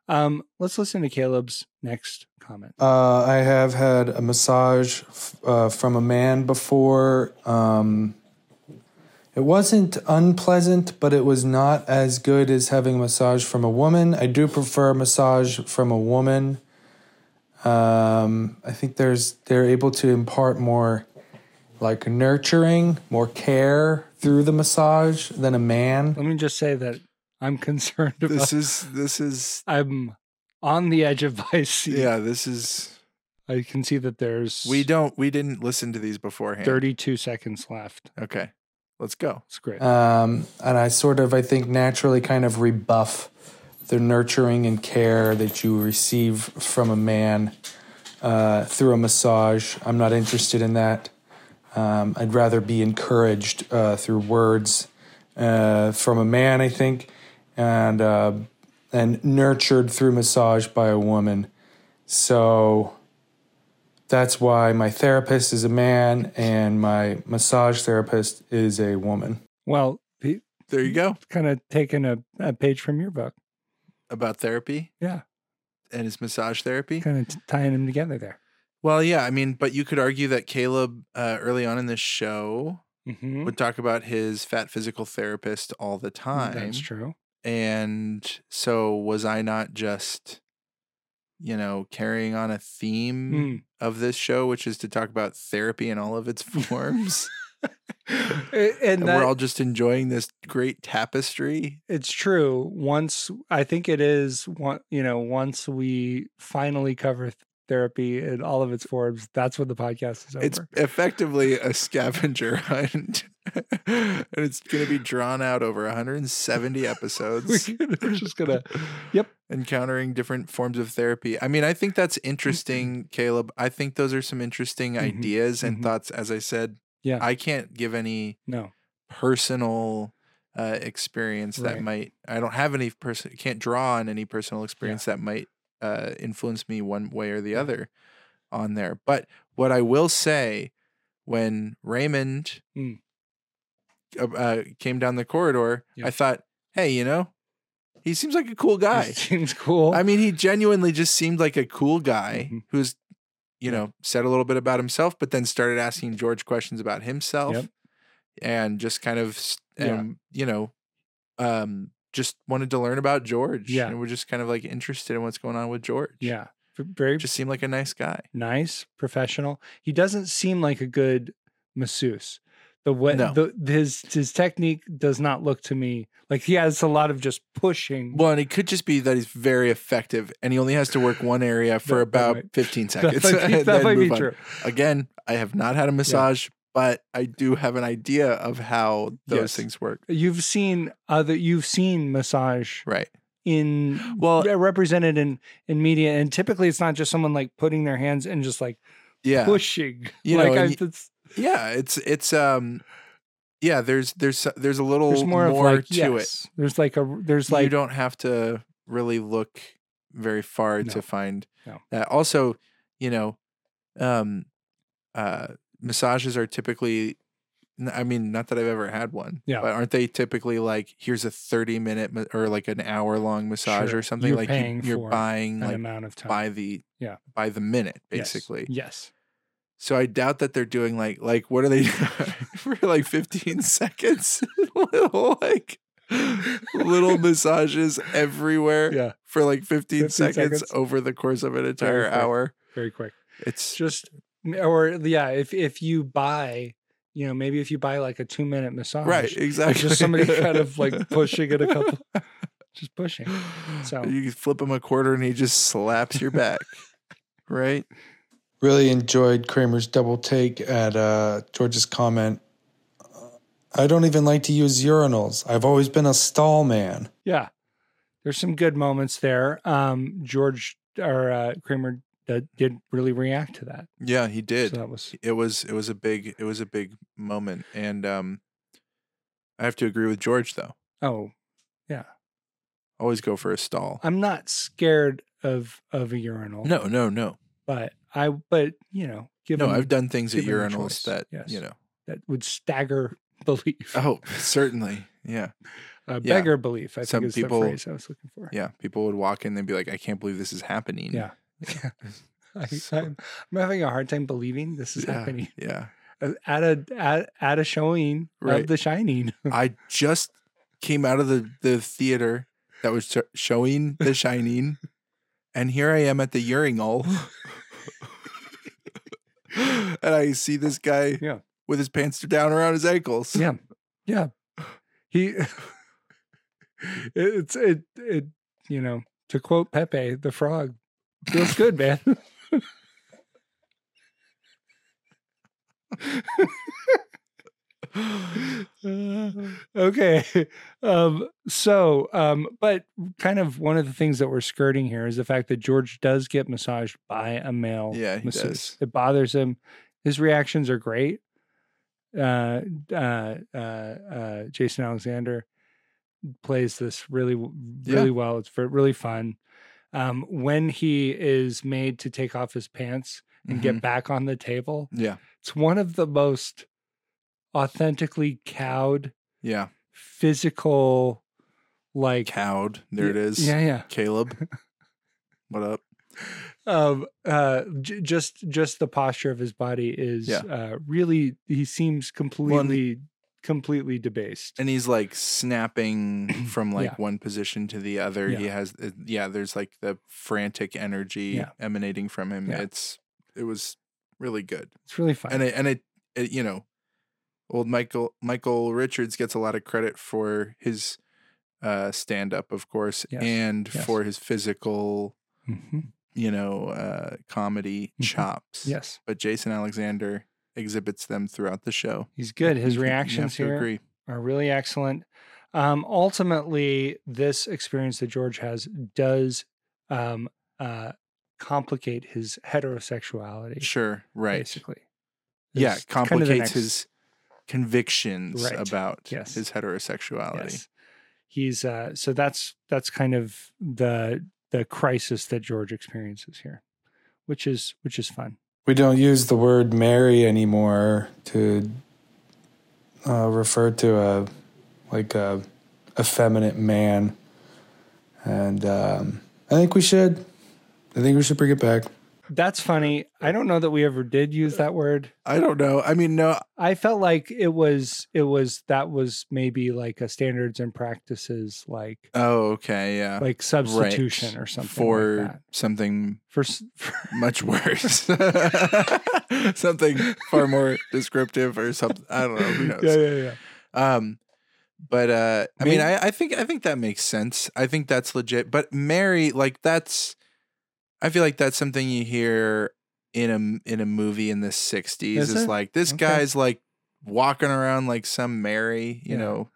Um, let's listen to Caleb's next comment. Uh, I have had a massage f- uh, from a man before. Um, it wasn't unpleasant, but it was not as good as having a massage from a woman. I do prefer massage from a woman. Um, I think there's they're able to impart more like nurturing, more care through the massage than a man. Let me just say that I'm concerned about. This is this is I'm on the edge of my seat. yeah. This is I can see that there's We don't. We didn't listen to these beforehand. 32 seconds left. Okay, let's go. It's great. um, and I sort of I think naturally kind of rebuff the nurturing and care that you receive from a man uh, through a massage. I'm not interested in that. Um, I'd rather be encouraged uh, through words uh, from a man, I think, and uh, and nurtured through massage by a woman. So that's why my therapist is a man and my massage therapist is a woman. Well, he There you go. kind of taken a, a page from your book. About therapy Yeah. and his massage therapy. Kind of tying them together there. Well, yeah. I mean, but you could argue that Caleb uh, early on in this show Mhm. would talk about his fat physical therapist all the time. That's Mm, true. And so was I not just, you know, carrying on a theme Mm. of this show, which is to talk about therapy in all of its forms? Hmm. and and that, we're all just enjoying this great tapestry. it's true. Once I think it is one, you know, once we finally cover th- therapy in all of its forms, that's when the podcast is over. It's effectively a scavenger hunt. and it's going to be drawn out over 170 episodes. we're, we're just gonna. Yep. encountering different forms of therapy. I mean, I think that's interesting, Caleb. I think those are some interesting Mhm, ideas and mhm. thoughts. As I said, Yeah. I can't give any no. personal uh, experience that Right. might. I don't have any person. Can't draw on any personal experience that might uh, influence me one way or the other on there. But what I will say, when Raymond Mm. uh, uh, came down the corridor, Yeah. I thought, hey, you know. He seems like a cool guy. This seems cool. I mean, he genuinely just seemed like a cool guy Mhm. who's, you know, said a little bit about himself, but then started asking George questions about himself Yep. and just kind of, s- Yeah. um, you know, um, just wanted to learn about George. Yeah. And we're just kind of like interested in what's going on with George. yeah. V- Very Just seemed like a nice guy. nice, professional. He doesn't seem like a good masseuse. The way No. the, his his technique does not look to me like he has a lot of just pushing. Well, and it could just be that he's very effective and he only has to work one area for that about might- 15 that seconds. might be, and that then might be move on. true. Again, I have not had a massage, but I do have an idea of how those Yes. things work. You've seen other. You've seen massage Right. in Well, re- represented in in media, and typically it's not just someone like putting their hands and just like yeah. pushing. You know, like and I, y- that's, Yeah, it's it's um yeah, there's there's there's a little there's more, more, of like to yes. There's like a it. there's like you don't have to really look very far No. to find No. that. Also, you know, um uh massages are typically n- I mean, not that I've ever had one. Yeah. But aren't they typically like here's a 30 minute ma- or like an hour long massage Sure. or something You're like paying you, for are buying an like amount of time by the Yeah. by the minute Yes. basically. Yes. So I doubt that they're doing like like what are they for like 15 seconds little like little massages everywhere Yeah. for like 15, 15 seconds, seconds. over the course of an entire quick. hour. Very quick. It's just or yeah if if you buy you know maybe if you buy like a two minute massage right, exactly. just somebody kind of like pushing it a couple just pushing So- you can flip him a quarter and he just slaps your back. right? Really enjoyed Kramer's double take at uh, George's comment. I don't even like to use urinals. I've always been a stall man. yeah there's some good moments there um george or uh kramer did, did really react to that Yeah, he did. so that was it was it was a big it was a big moment and um I have to agree with George though. oh Always go for a stall. i'm not scared of of a urinal No, no, no. but i but you know given No, I've done things at given the choice, urinals that yes. you know. that would stagger belief Oh, certainly. Yeah, uh, beggar belief i Some think is people- the phrase i was looking for yeah. People would walk in and be like, "I can't believe this is happening." Yeah. I, So- I'm, I'm having a hard time believing this is Yeah. happening yeah. Uh, at a at, at a showing Right. of The Shining. I just came out of the the theater that was sho- showing The Shining, and here I am at the urinal, and I see this guy Yeah. with his pants down around his ankles. yeah, yeah. He it- it's it it you know to quote Pepe the Frog feels good, man. Uh, okay. Um, so, um, but kind of one of the things that we're skirting here is the fact that George does get massaged by a male. Yeah, he masseuse. does. It bothers him. His reactions are great. Uh, uh, uh, uh, Jason Alexander plays this really, w- Yeah. really well. It's ver- really fun. Um, when he is made to take off his pants and Mhm. get back on the table, Mm-hmm. yeah, it's one of the most authentically cowed yeah. physical like Cowed. There it is. yeah yeah Caleb, what up? um, uh, j- just just the posture of his body is Yeah. uh, really. He seems completely completely debased. and he's like snapping from like Yeah. one position to the other. He has uh, yeah, there's like the frantic energy Yeah. emanating from him. Yeah. It's it was really good. It's really fun. And it and it, it you know, old Michael Michael Richards gets a lot of credit for his uh stand up, of course, Yes. and Yes. for his physical, Mhm. you know, uh comedy Mhm. chops. Yes, But Jason Alexander exhibits them throughout the show. he's good. His You can- you reactions have to here agree. are really excellent. Um, ultimately, this experience that George has does um, uh, complicate his heterosexuality. Sure, right. Basically, yeah It's kind of the complicates next- his convictions Right. about Yes. his heterosexuality Yes. He's uh, so that's that's kind of the the crisis that George experiences here, which is which is fun. We don't use the word Mary anymore to uh, refer to a like a effeminate man, and um, I think we should. I think we should bring it back. That's funny. I don't know that we ever did use that word. i don't know i mean no I felt like it was it was that was maybe like a standards and practices like oh okay yeah like substitution or something for like that. something For, s- for much worse something far more descriptive or something i don't know who knows yeah, yeah, yeah. um but uh i mean Maybe- I, I think i think that makes sense i think that's legit but mary like that's i feel like that's something you hear in a in a movie in the 60s Is it's it? like this Okay. guy's like walking around like some mary you Yeah. know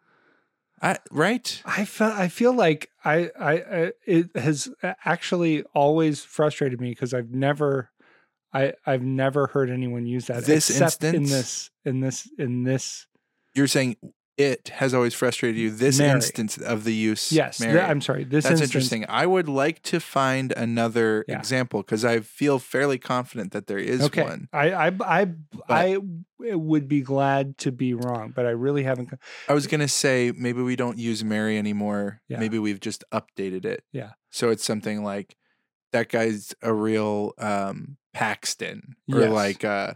i right I feel I feel like I I, I it has actually always frustrated me because I've never I I've never heard anyone use that This except in instance? this in this in this you're saying it has always frustrated you this Mary. instance of the use yes th- mary. I'm sorry this That's instance, interesting. I would like to find another Yeah. example because I feel fairly confident that there is okay one. I I I I would be glad to be wrong but I really haven't I was gonna say maybe we don't use Mary anymore. Yeah. Maybe we've just updated it. Yeah. So it's something like that guy's a real um Paxton or Yes. like uh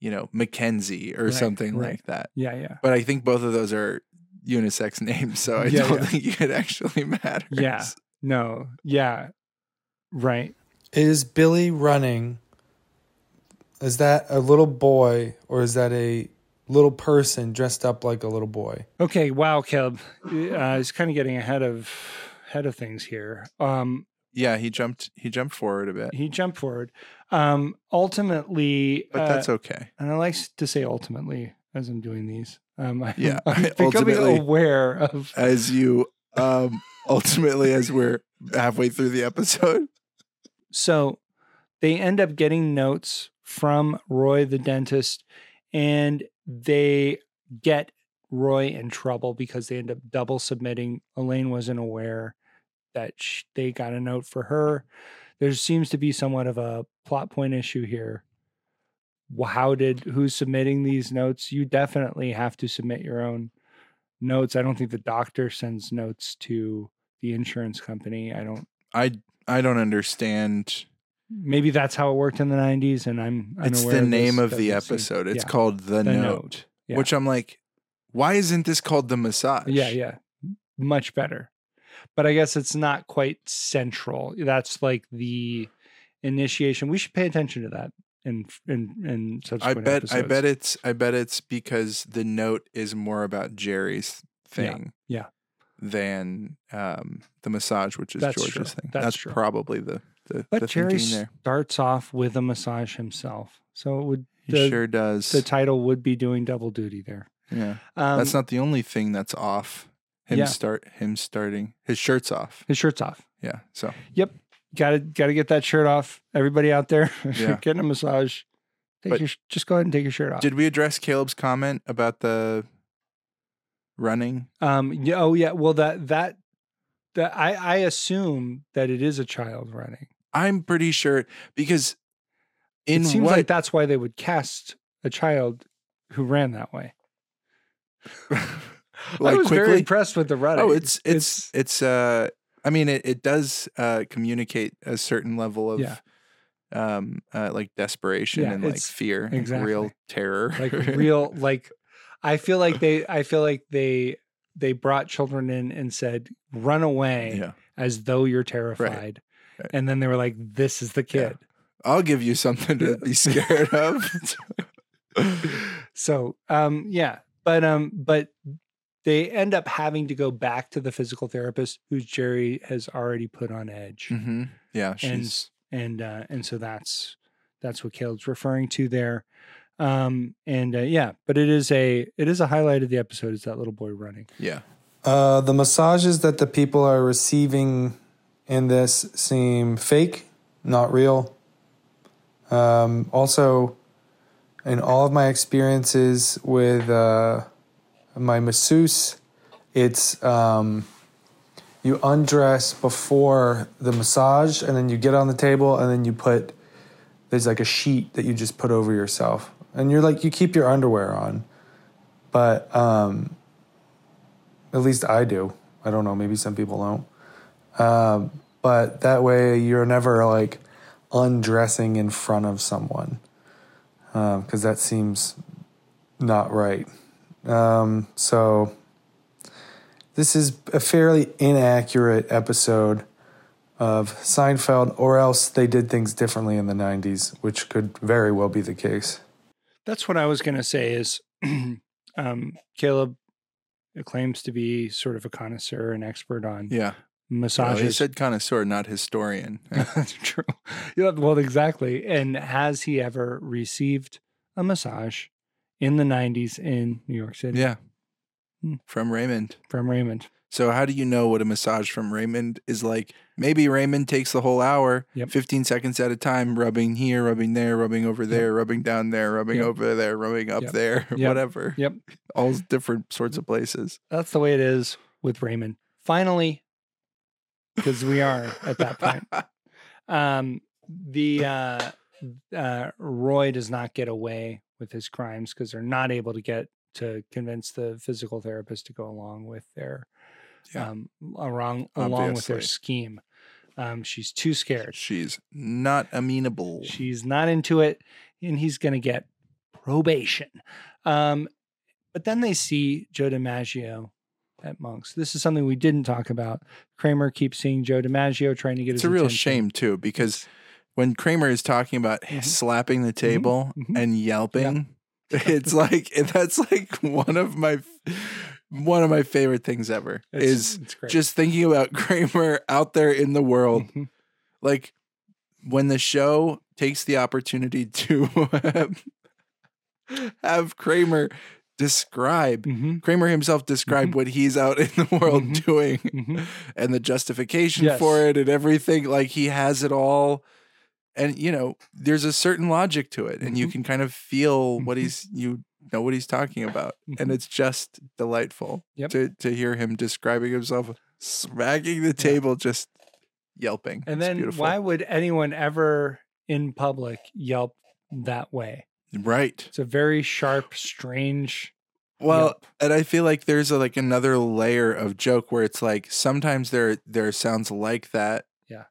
you know Mackenzie or Right, something right. like that. yeah yeah But I think both of those are unisex names, so I Yeah, don't yeah. think it actually matters. Yeah. no yeah right Is Billy running? Is that a little boy or is that a little person dressed up like a little boy? Okay, wow, Caleb. Uh, he's kind of getting ahead of ahead of things here. Um, Yeah, he jumped he jumped forward a bit. he jumped forward. Um, ultimately, But uh, that's okay. and I like to say ultimately as I'm doing these. Um, I'm, Yeah, I'm becoming ultimately. aware of. As you um ultimately as we're halfway through the episode. So they end up getting notes from Roy the dentist, and they get Roy in trouble because they end up double submitting. Elaine wasn't aware that sh they got a note for her. There seems to be somewhat of a plot point issue here. Wh- How did who's submitting these notes? You definitely have to submit your own notes. I don't think the doctor sends notes to the insurance company. I don't I I don't understand. maybe that's how it worked in the 90s and i'm unaware It's the this name of the doesn't seem- episode. It's yeah. called The, The Note, Note. Yeah. which I'm like, why isn't this called The Massage? yeah yeah much better but i guess it's not quite central that's like the initiation we should pay attention to that in in in I subsequent bet I episodes. bet it's I bet it's because The Note is more about Jerry's Yeah, thing. yeah. Than um, The Massage, which is That's George's true, thing. that's That's, true. probably the the, the but jerry thinking there. starts off with a massage himself so it would He the, sure does. the title would be doing double duty there yeah. um, that's not the only thing that's off. Him Yeah. start him starting his shirt's off. his shirt's off Yeah. So gotta gotta get that shirt off everybody out there if you're Yeah. getting a massage take But- your sh- just go ahead and take your shirt off Did we address Caleb's comment about the running? Um. Yeah. Oh, yeah. Well, that that that I I assume that it is a child running. I'm pretty sure because in it seems what like that's why they would cast a child who ran that way. I was very impressed with the running. oh, it's it's it's uh I mean it, it does uh communicate a uh, certain level of Yeah. um, uh, like desperation Yeah, and like it's- fear, like, real exactly. terror, like real like i feel like they i feel like they they brought children in and said run away yeah. as though you're terrified Right. and then they were like this is the Yeah. kid I'll give you something to be scared of. so um yeah but um but they end up having to go back to the physical therapist who jerry has already put on edge hmm Yeah, she's and uh and so that's that's what caleb's referring to there um and uh, yeah but it is a it is a highlight of the episode is that little boy running yeah. Uh, the massages that the people are receiving in this seem fake, not real. Um, also, in all of my experiences with uh, my masseuse, it's um, you undress before the massage, and then you get on the table, and then you put there's like a sheet that you just put over yourself, and you're like you keep your underwear on, but. Um, at least I do. I don't know. Maybe some people don't. Um, but that way, you're never like undressing in front of someone because that seems not right. Um, so this is a fairly inaccurate episode of Seinfeld, or else they did things differently in the '90s, which could very well be the case. That's what I was going to say is um, Caleb claims to be sort of a connoisseur and expert on Yeah. Well, he massages. said connoisseur, not historian. That's true. Yeah, well, exactly. And has he ever received a massage in the 90s in New York City yeah. Hmm. From Raymond. from Raymond? So how do you know what a massage from Raymond is like? Maybe Raymond takes the whole hour, Yep. 15 seconds at a time, rubbing here, rubbing there, rubbing over there, rubbing down there, rubbing Yep. over there, rubbing up Yep. there, Yep. whatever. Yep. All different sorts of places. That's the way it is with Raymond. Finally, because we are at that point. um the uh uh roy does not get away with his crimes because they're not able to get to convince the physical therapist to go along with their Yeah. um along along with their Obviously. scheme um she's too scared She's not amenable. she's not into it and he's gonna get probation um but then they see joe dimaggio at monks this is something we didn't talk about kramer keeps seeing joe dimaggio trying to get it's his a real attention. shame too because when Kramer is talking about Mhm. slapping the table mhm. and yelping, it's like that's like one of my one of my favorite things ever It's- is it's great. just thinking about Kramer out there in the world Mhm. like when the show takes the opportunity to um, have Kramer describe Mhm, Kramer himself describe Mhm. what he's out in the world Mhm. doing mhm. and the justification Yes. for it and everything. Like he has it all. And you know, there's a certain logic to it, and you Mhm. can kind of feel what Mhm. he's you know what he's talking about, and Mhm. it's just delightful Yep. to to hear him describing himself, smacking the table, just yelping. And It's then beautiful. why would anyone ever in public yelp that way? right? It's a very sharp, strange. Well, Yelp. and I feel like there's a, like another layer of joke where it's like sometimes there there are sounds like that. Yeah.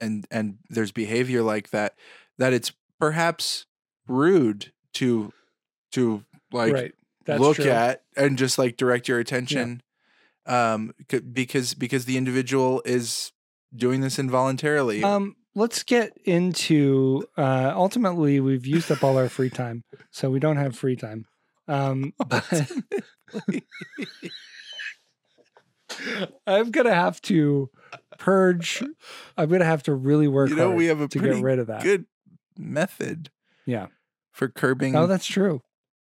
And and there's behavior like that that it's perhaps rude to to like right. look true. at and just like direct your attention um c- because because the individual is doing this involuntarily. Um, let's get into. Uh, ultimately, we've used up all our free time, so we don't have free time. Um, but I'm gonna have to purge. I'm gonna have to really work you know, hard we have a to pretty get rid of that. good method Yeah. for curbing Oh, that's true.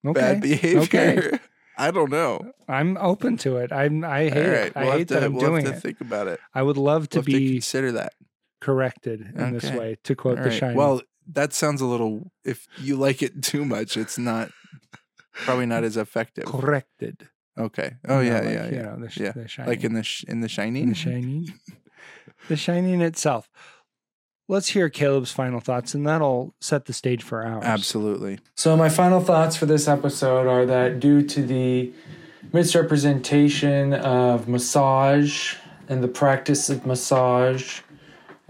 Okay. bad behavior. I don't know. I'm open to it. I'm I hate All it. right, I we'll have hate that to I'm we'll doing have to it. think about it. I would love to We'll have to be consider that. corrected in this Okay. way, to quote All the right. shiny. Well, that sounds a little. If you like it too much, it's not probably not as effective. corrected. Okay. Oh you know, yeah, like, yeah, You yeah. know, the, sh- Yeah. the shining. Like in the sh- in the in shining. the shining. the shining itself. Let's hear Caleb's final thoughts, and that'll set the stage for ours. Absolutely. So, my final thoughts for this episode are that due to the misrepresentation of massage and the practice of massage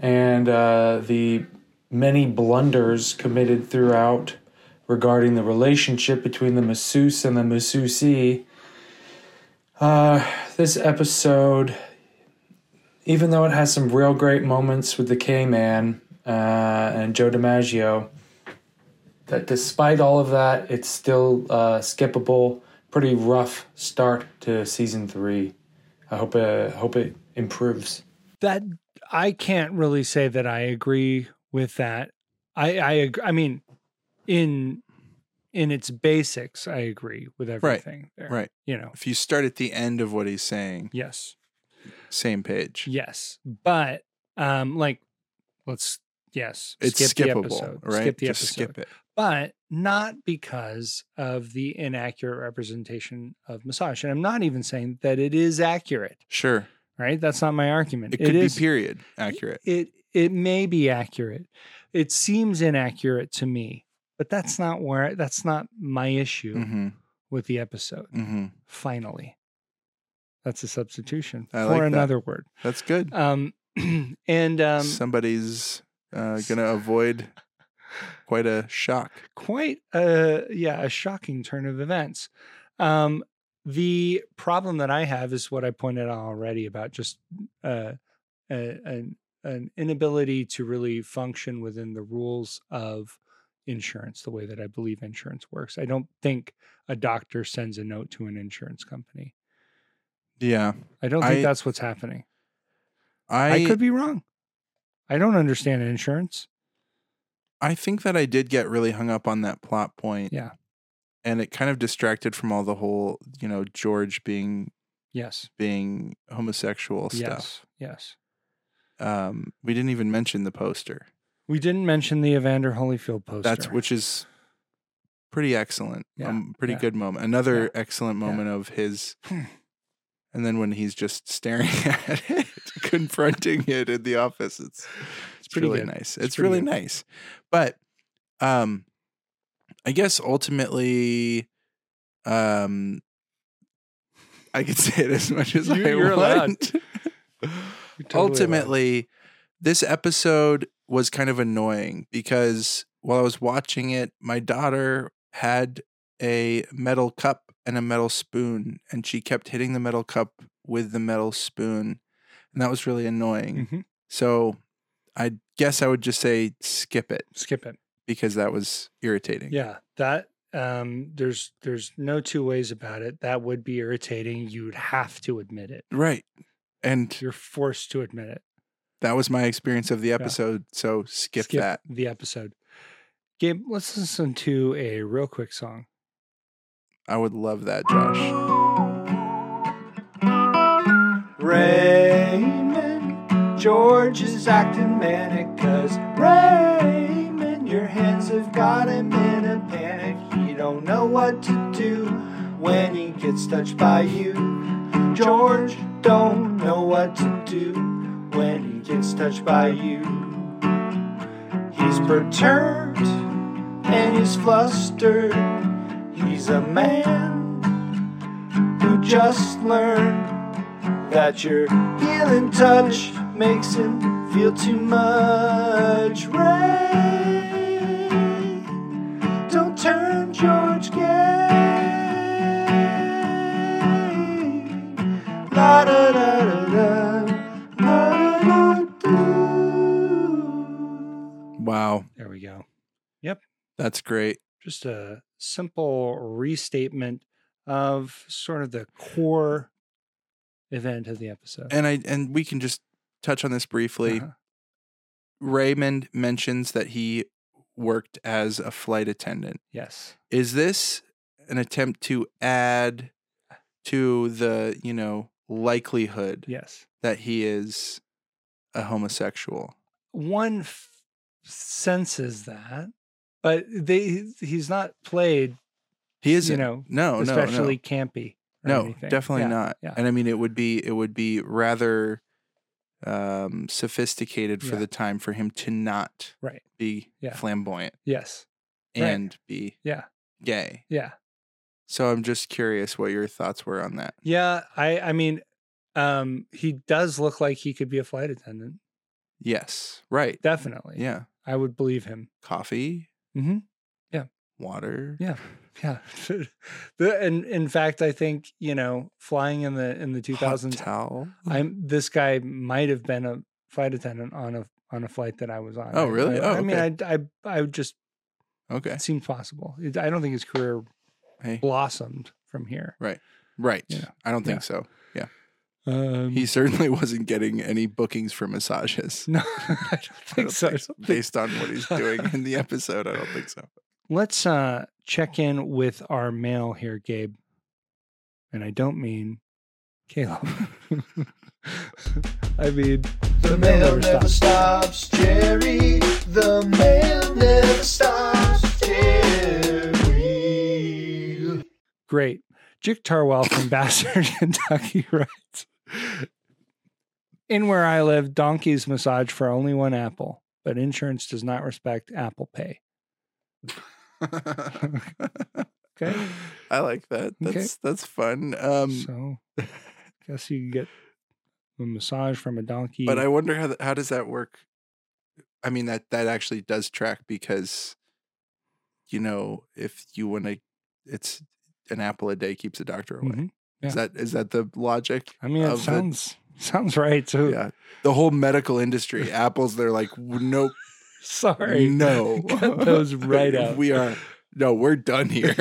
and uh, the many blunders committed throughout regarding the relationship between the masseuse and the masseusee. Uh, this episode, even though it has some real great moments with the K Man uh, and Joe DiMaggio, that despite all of that, it's still uh, skippable. Pretty rough start to season three. I hope uh, hope it improves. that I can't really say that I agree with that. I I ag- I mean, in in its basics, I agree with everything. there. Right. You know. If you start at the end of what he's saying, Yes. same page. Yes. But um, like, let's yes, It's the skippable, episode. right? Skip the Just episode. skip it. but not because of the inaccurate representation of massage. And I'm not even saying that it is accurate, Sure. right? That's not my argument. It could is- be period accurate. It it may be accurate. It seems inaccurate to me, but that's not where that's not my issue Mm-hmm. with the episode. Mm-hmm. Finally. That's a substitution I for like that. another word. That's good. Um and um Somebody's uh, gonna avoid quite a shock. quite a yeah a shocking turn of events um the problem that i have is what i pointed out already about just uh a, an an inability to really function within the rules of insurance the way that i believe insurance works i don't think a doctor sends a note to an insurance company Yeah. i don't think I- that's what's happening I I, could be wrong i don't understand insurance I think that I did get really hung up on that plot point. Yeah. And it kind of distracted from all the whole, you know, George being yes being homosexual yes stuff. yes Um, we didn't even mention the poster. we didn't mention the evander holyfield poster That's which is pretty excellent. Yeah, Um, pretty yeah. Hmm. good moment. Another excellent moment of his. And then when he's just staring at it, confronting it in the office, it's it's pretty really good. nice. It's, pretty really good. nice. But um I guess ultimately um I could say it as much as You- I you're want. You're totally ultimately this episode was kind of annoying because while I was watching it, my daughter had a metal cup and a metal spoon and she kept hitting the metal cup with the metal spoon and that was really annoying. allowed. Mhm. So I guess I would just say skip it skip it. because that was irritating. Yeah, that um, there's there's no two ways about it. That would be irritating. You'd have to admit it. Right. And You're forced to admit it. that was my experience of the episode. So skip, that. the episode. Gabe, let's listen to a real quick song. I would love that, Josh. Raymond, George is acting manic cause Raymond, your hands have got him in a panic. He don't know what to do when he gets touched by you. George don't know what to do when he gets touched by you. He's perturbed and he's flustered. He's a man who just learned that your healing touch makes him feel too much. Ray, don't turn George gay. La da da da da. La da da do. Wow. There we go. That's great. Just a simple restatement of sort of the core event of the episode. And I and we can just touch on this briefly. Uh-huh. Raymond mentions that he worked as a flight attendant. Yes. Is this an attempt to add to the, you know, likelihood Yes. that he is a homosexual? one f- senses that, but they he's not played. He isn't. You know, no, no, no. especially campy. or no anything. definitely Yeah, not yeah. and i mean it would be it would be rather um sophisticated for Yeah. the time for him to not Right. be Yeah. flamboyant Yes. Right. and be Yeah. gay Yeah. so i'm just curious what your thoughts were on that Yeah, I I mean, um, he does look like he could be a flight attendant. Yes. Right. Definitely. Yeah. I would believe him. Coffee, hmm water. Yeah. Yeah. the, and in fact, I think, you know, flying in the in the hot 2000s, towel. I'm this guy might have been a flight attendant on a on a flight that I was on. Oh, I- really? I, Oh, I mean, I I I would just Okay. it seemed possible. It, I don't think his career Hey. blossomed from here. Right. Yeah. I don't think Yeah. so. Um, He certainly wasn't getting any bookings for massages. no, I don't I don't think so. think so. Based on what he's doing in the episode, I don't think so. Let's uh, check in with our mail here, Gabe. And I don't mean Caleb. I mean The mail never stops, Jerry. The mail never stops, Jerry. Great. Jick Tarwell from Bassard, Kentucky writes In where I live, donkeys massage for only one apple, but insurance does not respect Apple Pay. Okay. I like that. That's that's fun. Um, so, guess you can get a massage from a donkey. but I wonder how th- how does that work? I mean that that actually does track because you know if you want to, it's an apple a day keeps the doctor away. Mhm. Is that is that the logic? I mean, it of the- sounds sounds right. So Yeah, the whole medical industry, apples. They're like, nope, sorry, no, Cut those right out. We are no, we're done here.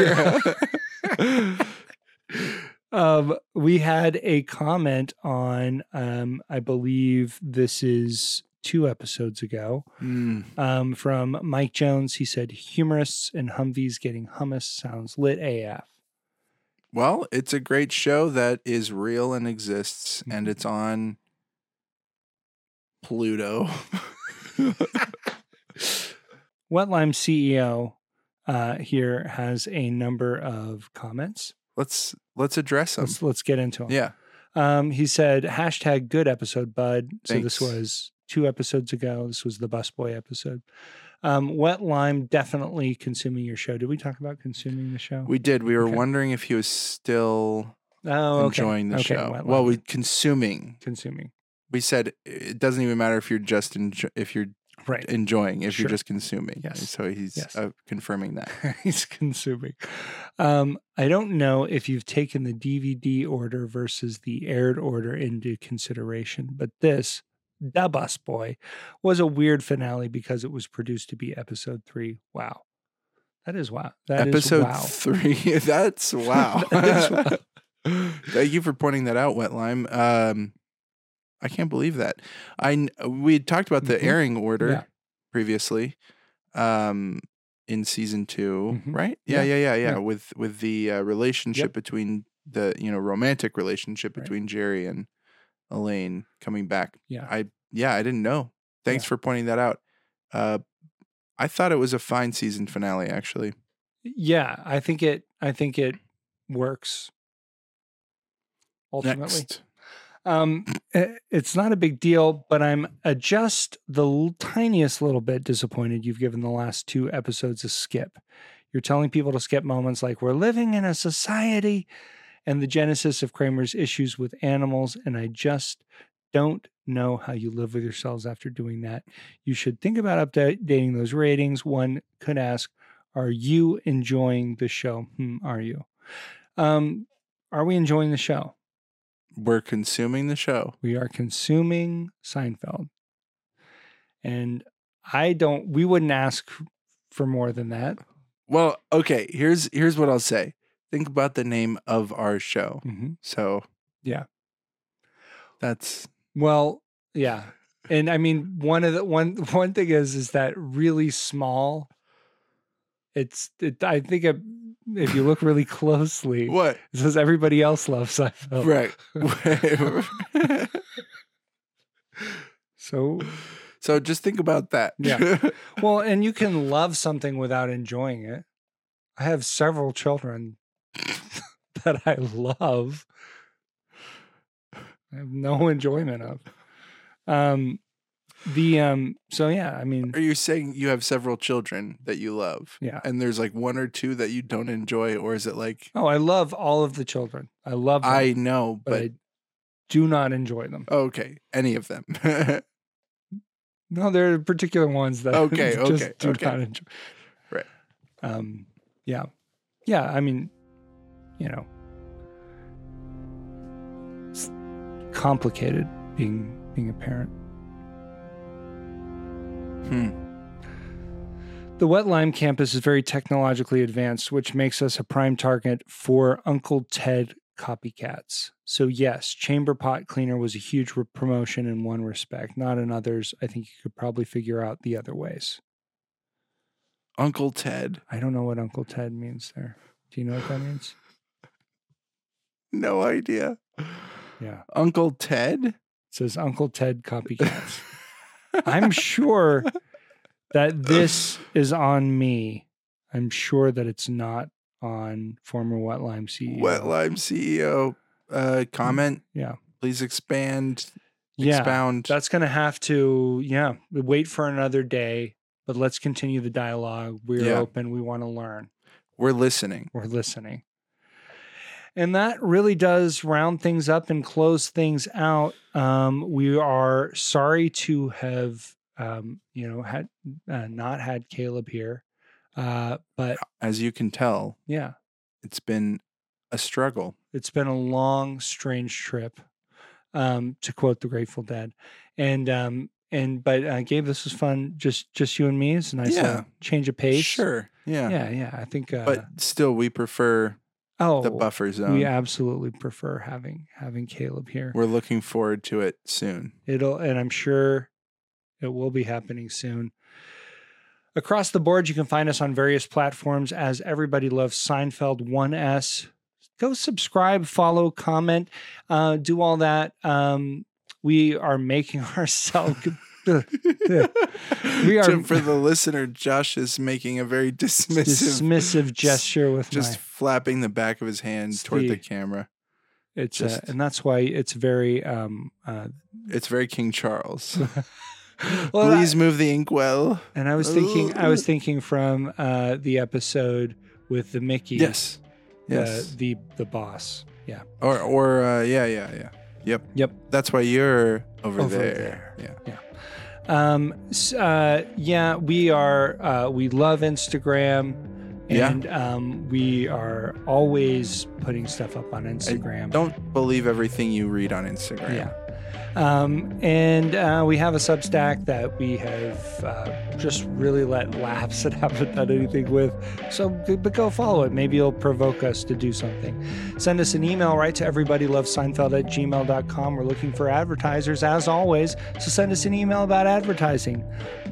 um, we had a comment on, um, I believe this is two episodes ago, Hmm. um, from Mike Jones. He said, "Humorists and Humvees getting hummus sounds lit AF." Well, it's a great show that is real and exists, Mm-hmm. and it's on Pluto. Wet Lime CEO E uh, here has a number of comments. let's let's address them. Let's let's get into them. Yeah, Um, he said, hashtag good episode, bud. So Thanks. this was two episodes ago. This was the busboy episode. Um, Wet Lime definitely consuming your show. Did we talk about consuming the show? we did. We were Okay. wondering if he was still oh, okay. enjoying the Okay, show. Wet Well, Lime. we consuming. consuming. We said it doesn't even matter if you're just enjo- if you're Right. enjoying if Sure. you're just consuming. Yes. And so he's Yes. uh, confirming that. He's consuming. Um, I don't know if you've taken the DVD order versus the aired order into consideration, but this, Da Bus Boy, was a weird finale because it was produced to be episode three. Wow. That is wow. That is Episode wow. three. That's wow. That is wow. Thank you for pointing that out, Wet Lime. Um, I can't believe that. I kn- uh, we had talked about the Mhm. airing order Yeah. previously, um, in season 2 Mhm. right? Yeah, Yeah. yeah, yeah, yeah. Yeah. With with the uh, relationship between the you know romantic relationship Right. between Jerry and Elaine coming back. Yeah. I yeah, I didn't know. Thanks for pointing that out. Uh, I thought it was a fine season finale, actually. Yeah, I think it I think it works ultimately. Next. Um i- it's not a big deal, but I'm uh, just the l- tiniest little bit disappointed you've given the last two episodes a skip. You're telling people to skip moments like we're living in a society and the genesis of Kramer's issues with animals and I just don't know how you live with yourselves after doing that. You should think about updating those ratings. One could ask are you enjoying the show? Hmm, are you? Um, are we enjoying the show? We're consuming the show. We are consuming Seinfeld. And I don't, we wouldn't ask for more than that. Well, okay. Here's here's what I'll say. Think about the name of our show. Mhm. So Yeah. that's Well, yeah. And I mean, one of the one one thing is is that really small. It's it, I think it, if you look really closely, what it says everybody else loves Seinfeld. right. So so just think about that. Yeah. Well, and you can love something without enjoying it. I have several children that I love. I have no enjoyment of. Um the um so yeah, I mean Are you saying you have several children that you love? Yeah. And there's like one or two that you don't enjoy, or is it like oh, I love all of the children. I love them, I know, but but, I do not enjoy them. okay, any of them. No, there are particular ones that Okay, I just okay, do okay. not enjoy. Right. Um, yeah. Yeah, I mean, you know, it's complicated being being a parent. Hmm. The Wet Lime campus is very technologically advanced, which makes us a prime target for Uncle Ted copycats. So, yes, chamber pot cleaner was a huge re- promotion in one respect, not in others. I think you could probably figure out the other ways. Uncle Ted. I don't know what Uncle Ted means there. Do you know what that means? No idea. Yeah. Uncle Ted? It says Uncle Ted copycats. I'm sure that this is on me. I'm sure that it's not on former Wet Lime E CEO. Wet Lime CEO. Uh, comment. Mm, Yeah. Please expand. Yeah. Expound. That's going to have to, yeah, wait for another day, but let's continue the dialogue. We're Yeah. open. We want to learn. We're listening. We're listening. And that really does round things up and close things out. Um, we are sorry to have, um, you know, had uh, not had Caleb here, uh, but As you can tell, yeah, it's been a struggle. It's been a long, strange trip, um, to quote the Grateful Dead, and um, and but uh, Gabe, this was fun. Just just you and me. It's a nice Yeah. uh, change of pace. Sure. Yeah. Yeah, yeah. I think. Uh, But still, we prefer oh, the buffer zone. we absolutely prefer having having Caleb here. We're looking forward to it soon. It'll and I'm sure it will be happening soon. Across the board, you can find us on various platforms as Everybody Loves Seinfeld 1S. Go subscribe, follow, comment, uh, do all that. Um, we are making ourselves. We are- Jim, for the listener, Josh is making a very dismissive, dismissive gesture with just flapping the back of his hand It's toward the- the camera. my it's uh, just- and that's why it's very um uh It's very King Charles. well, I- Please move the inkwell. and I was thinking I was thinking from uh the episode with the Mickey Yes. the- Yes. the the boss yeah or or uh, yeah, yeah, yeah. Yep. Yep. That's why you're over, Over there. Yeah. Um, s- uh, yeah, we are. Uh, we love Instagram, Yeah. and um, we are always putting stuff up on Instagram. Don't believe everything you read on Instagram. yeah. Um, and uh, we have a Substack that we have uh, just really let lapse and haven't done anything with. So, g- but go follow it. Maybe it'll provoke us to do something. Send us an email right to everybodyloveseinfeld at gmail.com. We're looking for advertisers as always. So send us an email about advertising.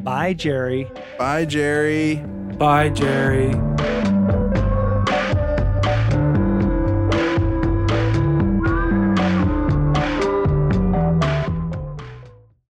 Bye, Jerry. Bye, Jerry. Bye, Jerry.